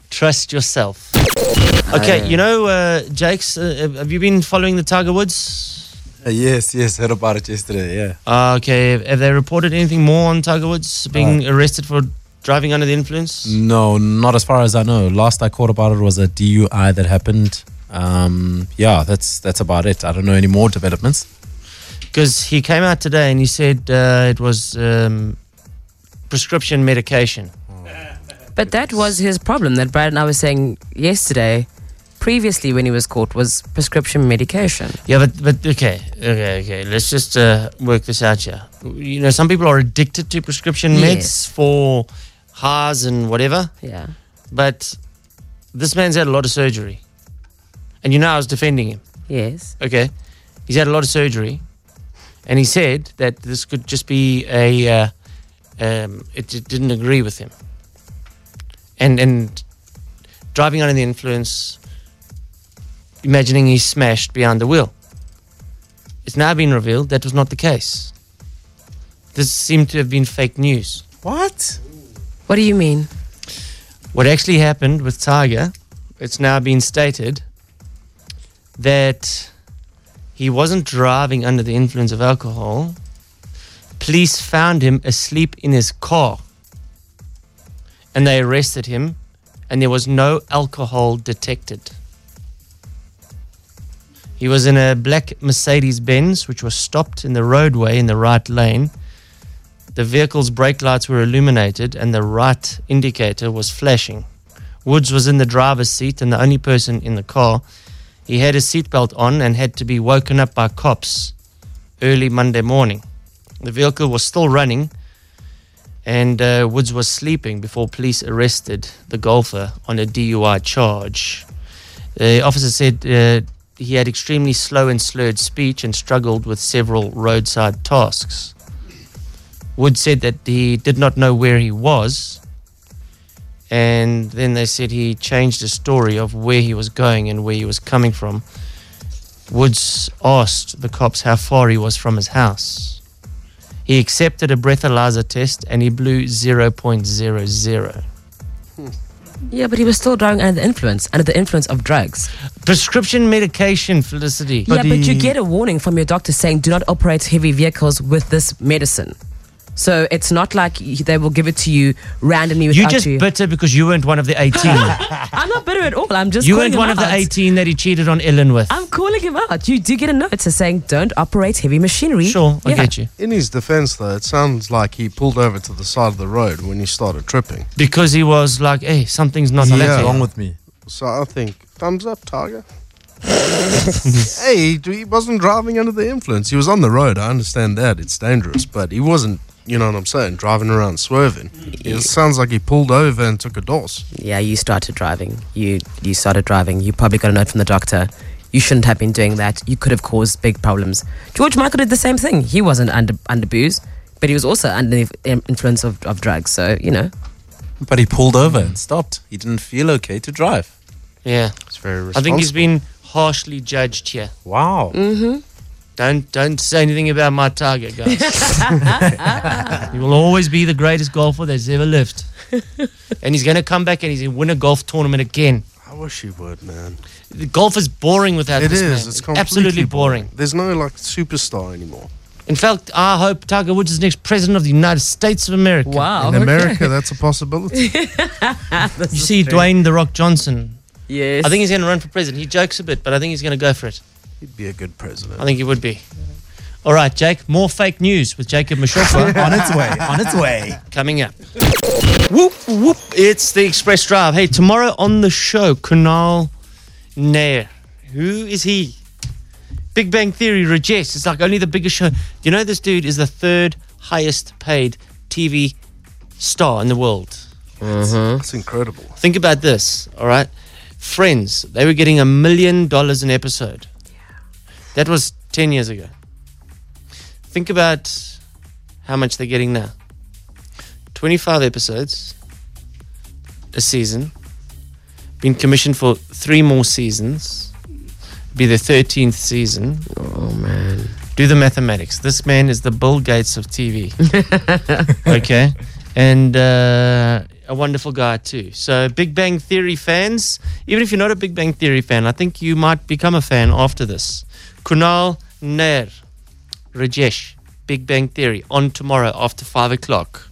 Speaker 4: trust yourself. Okay, you know, uh, Jake's. Uh, have you been following the Tiger Woods?
Speaker 6: Uh, yes, yes, heard about it yesterday. Yeah.
Speaker 4: Uh, okay, have they reported anything more on Tiger Woods being arrested for driving under the influence?
Speaker 6: No, not as far as I know. Last I caught about it was a DUI that happened. Um, yeah, that's that's about it. I don't know any more developments.
Speaker 4: Because he came out today and he said uh, it was um, prescription medication.
Speaker 5: But that was his problem that Brad and I were saying yesterday. previously when he was caught was prescription medication.
Speaker 4: Yeah, but but okay, okay, okay. Let's just uh, work this out here. You know, some people are addicted to prescription meds
Speaker 5: Yes.
Speaker 4: for highs and whatever.
Speaker 5: Yeah.
Speaker 4: But this man's had a lot of surgery, and you know I was defending him.
Speaker 5: Yes.
Speaker 4: Okay, he's had a lot of surgery, and he said that this could just be a. Uh, um, it, it didn't agree with him, and and driving under the influence, imagining he's smashed behind the wheel. It's now been revealed that was not the case. This seemed to have been fake news.
Speaker 5: What? What do you mean?
Speaker 4: What actually happened with Tiger, it's now been stated that he wasn't driving under the influence of alcohol. Police found him asleep in his car and they arrested him, and there was no alcohol detected. He was in a black Mercedes Benz, which was stopped in the roadway in the right lane. The vehicle's brake lights were illuminated and the right indicator was flashing. Woods was in the driver's seat and the only person in the car. He had his seatbelt on and had to be woken up by cops early Monday morning. The vehicle was still running and uh, Woods was sleeping before police arrested the golfer on a DUI charge. The officer said uh, he had extremely slow and slurred speech and struggled with several roadside tasks. Wood said that he did not know where he was. And then they said he changed his story of where he was going and where he was coming from. Woods asked the cops how far he was from his house. He accepted a breathalyzer test and he blew 0.00.
Speaker 5: Yeah, but he was still driving under the influence, under the influence of drugs.
Speaker 4: Prescription medication, Felicity.
Speaker 5: yeah, but you get a warning from your doctor saying do not operate heavy vehicles with this medicine. So it's not like y- they will give it to you randomly
Speaker 4: You
Speaker 5: without
Speaker 4: just
Speaker 5: you.
Speaker 4: bitter because you weren't one of the 18.
Speaker 5: I'm not bitter at all. I'm just
Speaker 4: you
Speaker 5: calling
Speaker 4: weren't
Speaker 5: him
Speaker 4: one of the
Speaker 5: out.
Speaker 4: 18 that he cheated on Ellen with.
Speaker 5: I'm calling him out. You do get a notice saying don't operate heavy machinery. Sure,
Speaker 7: In his defense, though, it sounds like he pulled over to the side of the road when he started tripping.
Speaker 4: Because he was like, hey, something's not
Speaker 7: Yeah.
Speaker 4: letting.
Speaker 7: Wrong with me. So I think thumbs up, Tiger. hey, he wasn't driving under the influence. He was on the road. I understand that. It's dangerous, but he wasn't, you know what I'm saying, driving around swerving. It sounds like he pulled over and took a dose.
Speaker 5: Yeah, you started driving. You you started driving. You probably got a note from the doctor. You shouldn't have been doing that. You could have caused big problems. George Michael did the same thing. He wasn't under under booze, but he was also under the in- influence of, of drugs. So you know.
Speaker 6: But he pulled over and stopped. He didn't feel okay to drive.
Speaker 4: Yeah.
Speaker 6: It's very
Speaker 4: I think he's been harshly judged here.
Speaker 6: Wow.
Speaker 5: Mm.
Speaker 4: Mm-hmm. Don't don't say anything about my target, guys. he will always be the greatest golfer that's ever lived, and he's going to come back and he's going to win a golf tournament again.
Speaker 7: I wish he would, man.
Speaker 4: The golf is boring without
Speaker 7: It
Speaker 4: this man.
Speaker 7: is. It's completely
Speaker 4: absolutely boring.
Speaker 7: There's no like superstar anymore.
Speaker 4: In fact, I hope Tiger Woods is next president of the United States of America.
Speaker 7: In America, that's a possibility.
Speaker 4: you see Dwayne the Rock Johnson.
Speaker 5: Yes.
Speaker 4: I think he's going to run for president. He jokes a bit, but I think he's going to go for it.
Speaker 7: He'd be a good president.
Speaker 4: I think he would be. All right, Jake. More fake news with Jacob Mashokwa
Speaker 6: On its way, on its way.
Speaker 4: Coming up. Whoop whoop! It's the Express Drive. Hey, tomorrow on the show, Kunal Nair. Who is he? Big Bang Theory rejects. It's like only the biggest show. You know, this dude is the third highest paid TV star in the world.
Speaker 7: That's incredible.
Speaker 4: Think about this, all right? Friends, they were getting a million dollars an episode. That was 10 years ago. Think about how much they're getting now 25 episodes a season, been commissioned for three more seasons, be the 13th season. Oh, man. Do the mathematics. This man is the Bill Gates of TV. okay. And uh, a wonderful guy, too. So, Big Bang Theory fans, even if you're not a Big Bang Theory fan, I think you might become a fan after this. Kunal Nair, Rajesh, Big Bang Theory, on tomorrow after 5 o'clock.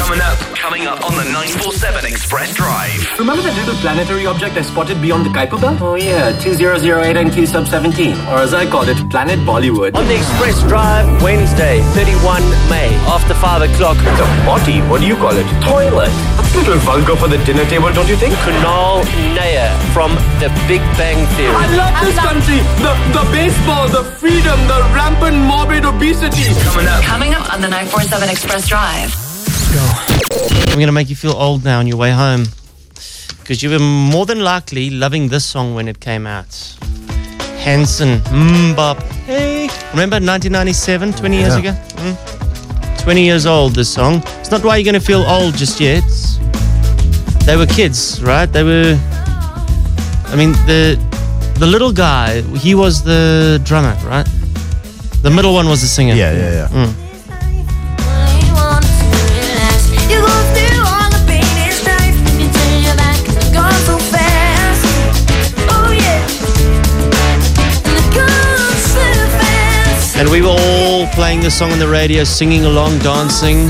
Speaker 1: Coming up, coming up on the 947 Express Drive.
Speaker 13: Remember that little planetary object I spotted beyond the Kuiper Belt? Oh yeah, 2008 NQ sub 17, or as I call it, Planet Bollywood.
Speaker 14: On the Express Drive, Wednesday, 31 May, after 5 o'clock.
Speaker 13: The potty, what do you call it? Toilet. A little vulgar for the dinner table, don't you think?
Speaker 14: Kunal Nair from The Big Bang Theory.
Speaker 13: I love this country. The the baseball, the freedom, the rampant morbid obesity.
Speaker 1: Coming up.
Speaker 3: Coming up on the 947 Express Drive.
Speaker 4: I'm going to make you feel old now on your way home because you were more than likely loving this song when it came out. Hanson, Mbop. Hey. Remember 1997, 20 years
Speaker 1: Yeah.
Speaker 4: ago? Mm. 20 years old, this song. It's not why you're going to feel old just yet. They were kids, right? They were. I mean, the the little guy, he was the drummer, right? The middle one was the singer. Yeah, yeah, yeah.
Speaker 13: Oh,
Speaker 4: Mm. And we were all playing the song on the radio, singing along, dancing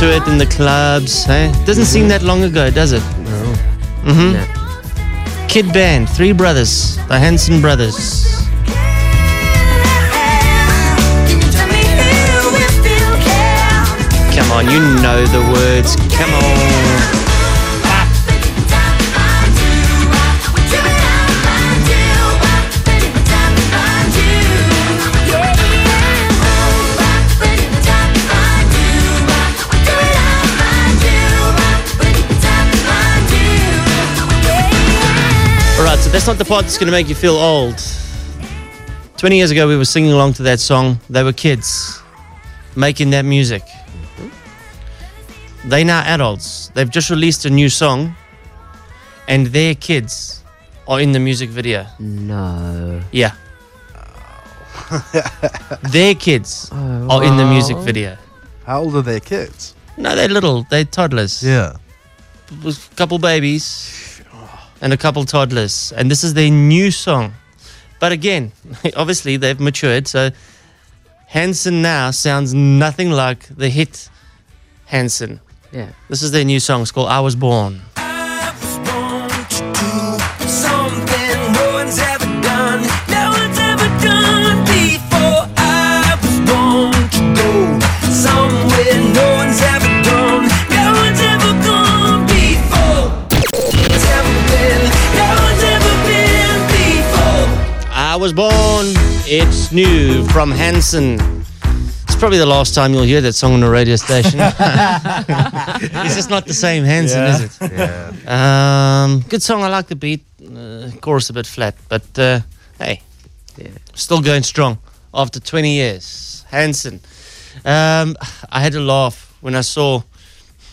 Speaker 4: to it in the clubs. Hey? Doesn't seem that long ago, does it? Mm-hmm. No. Mm-hmm. Kid band, three brothers, the Hanson brothers. Come on, you know the words. Come on. All right, so that's not the part that's going to make you feel old. 20 years ago, we were singing along to that song. They were kids making that music. They now adults. They've just released a new song, and their kids are in the music video. No. Yeah. their kids
Speaker 7: Oh,
Speaker 4: are oh, in the music
Speaker 12: wow.
Speaker 4: video.
Speaker 12: How old are their kids?
Speaker 4: No, they're little. They're toddlers.
Speaker 12: Yeah.
Speaker 4: With a couple babies and a couple toddlers. And this is their new song. But again, obviously they've matured. So Hanson now sounds nothing like the hit Hanson.
Speaker 5: Yeah.
Speaker 4: This is their new song. It's called I Was Born.
Speaker 1: Something no one's ever done, no one's ever done before I was born to go somewhere no one's ever gone, no one's ever gone before. Something no one's ever been before.
Speaker 4: I was born. It's new from Hanson. It's probably the last time you'll hear that song on the radio station. it's just not the same Hanson,
Speaker 1: Yeah.
Speaker 4: is it? Yeah. Um, good song. I like the beat. Uh, chorus a bit flat, but uh, hey, still going strong after 20 years. Hanson. Um, I had a laugh when I saw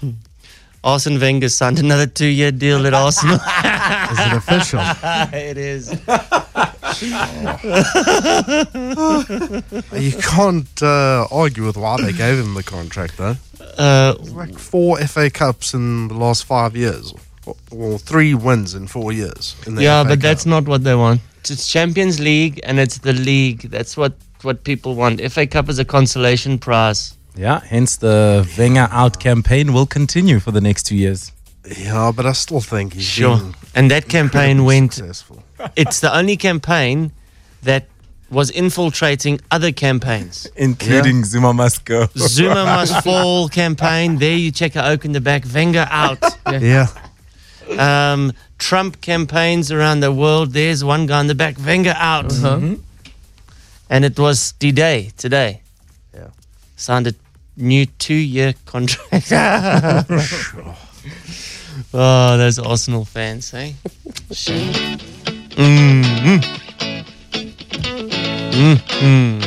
Speaker 4: Arsene Wenger signed another two-year deal at Arsenal. is
Speaker 1: it official?
Speaker 4: it is.
Speaker 7: You can't uh, argue with why they gave him the contract, though.
Speaker 4: Uh,
Speaker 7: like four FA Cups in the last five years, or, or three wins in four years. In the
Speaker 4: Yeah,
Speaker 7: FA
Speaker 4: but
Speaker 7: Cup.
Speaker 4: that's not what they want. It's Champions League and it's the league. That's what what people want. FA Cup is a consolation prize.
Speaker 6: Yeah, hence the Wenger out campaign will continue for the next two years.
Speaker 7: Yeah, but I still think he's
Speaker 4: Sure.
Speaker 7: been
Speaker 4: And that campaign
Speaker 7: incredibly
Speaker 4: went.
Speaker 7: successful.
Speaker 4: It's the only campaign that was infiltrating other campaigns,
Speaker 6: Including Zuma must go.
Speaker 4: Zuma must fall campaign. There you check a oak in the back. Wenger out.
Speaker 7: Yeah.
Speaker 4: Um, Trump campaigns around the world. There's one guy in the back. Wenger out. And it was D Day today.
Speaker 7: Yeah.
Speaker 4: Signed a new two year contract. oh, those Arsenal fans, eh? Mm-hmm. Mm-hmm.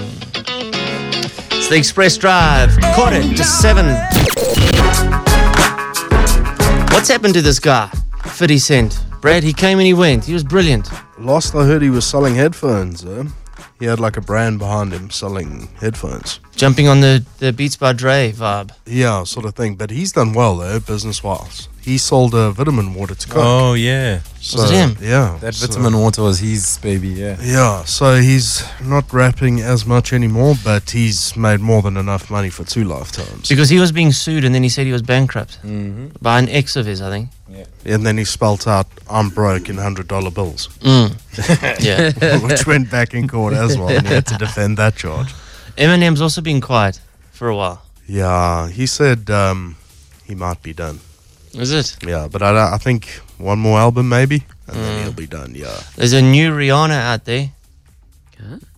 Speaker 4: It's the Express Drive. Quarter to seven. What's happened to this guy? 50 Cent. Brad, he came and he went. He was brilliant.
Speaker 7: eh? Last I heard, he was selling headphones. Though. He had like a brand behind him selling headphones.
Speaker 4: jumping on the, the Beats by Dre vibe.
Speaker 7: Yeah, sort of thing. But he's done well though, business wise. He sold uh, vitamin water to Coke.
Speaker 6: Oh yeah,
Speaker 7: So, Yeah,
Speaker 6: That
Speaker 7: so-
Speaker 6: vitamin water was his baby. Yeah,
Speaker 7: Yeah, so he's not rapping as much anymore, but he's made more than enough money for two lifetimes.
Speaker 4: Because he was being sued and then he said he was bankrupt
Speaker 7: Mm-hmm.
Speaker 4: by an ex of his, I think.
Speaker 7: And then he spelt out, I'm broke in $100 bills.
Speaker 4: Mm. Yeah.
Speaker 7: Which went back in court as well. And he had to defend that charge.
Speaker 4: Eminem's also been quiet for a while.
Speaker 7: Yeah, he said um, he might be done.
Speaker 4: Is it?
Speaker 7: Yeah, but I, don't- I think one more album maybe, and then he'll be done, yeah.
Speaker 4: Mm. There's a new Rihanna out there.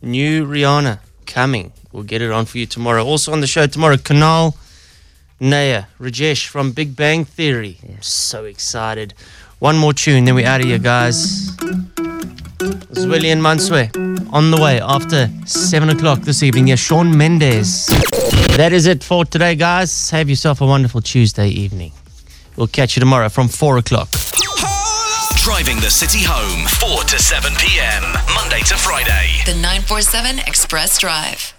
Speaker 4: New Rihanna coming. We'll get it on for you tomorrow. Also on the show tomorrow, Kanal Naya, Rajesh from Big Bang Theory. I'm so excited. One more tune, then we're out of here, guys. Zwilly and Manswe on the way after 7 o'clock this evening. Yeah, Sean Mendes. That is it for today, guys. Have yourself a wonderful Tuesday evening. We'll catch you tomorrow from 4 o'clock.
Speaker 9: Driving the city home, 4 to 7 p.m., Monday to Friday.
Speaker 3: The 947 Express Drive.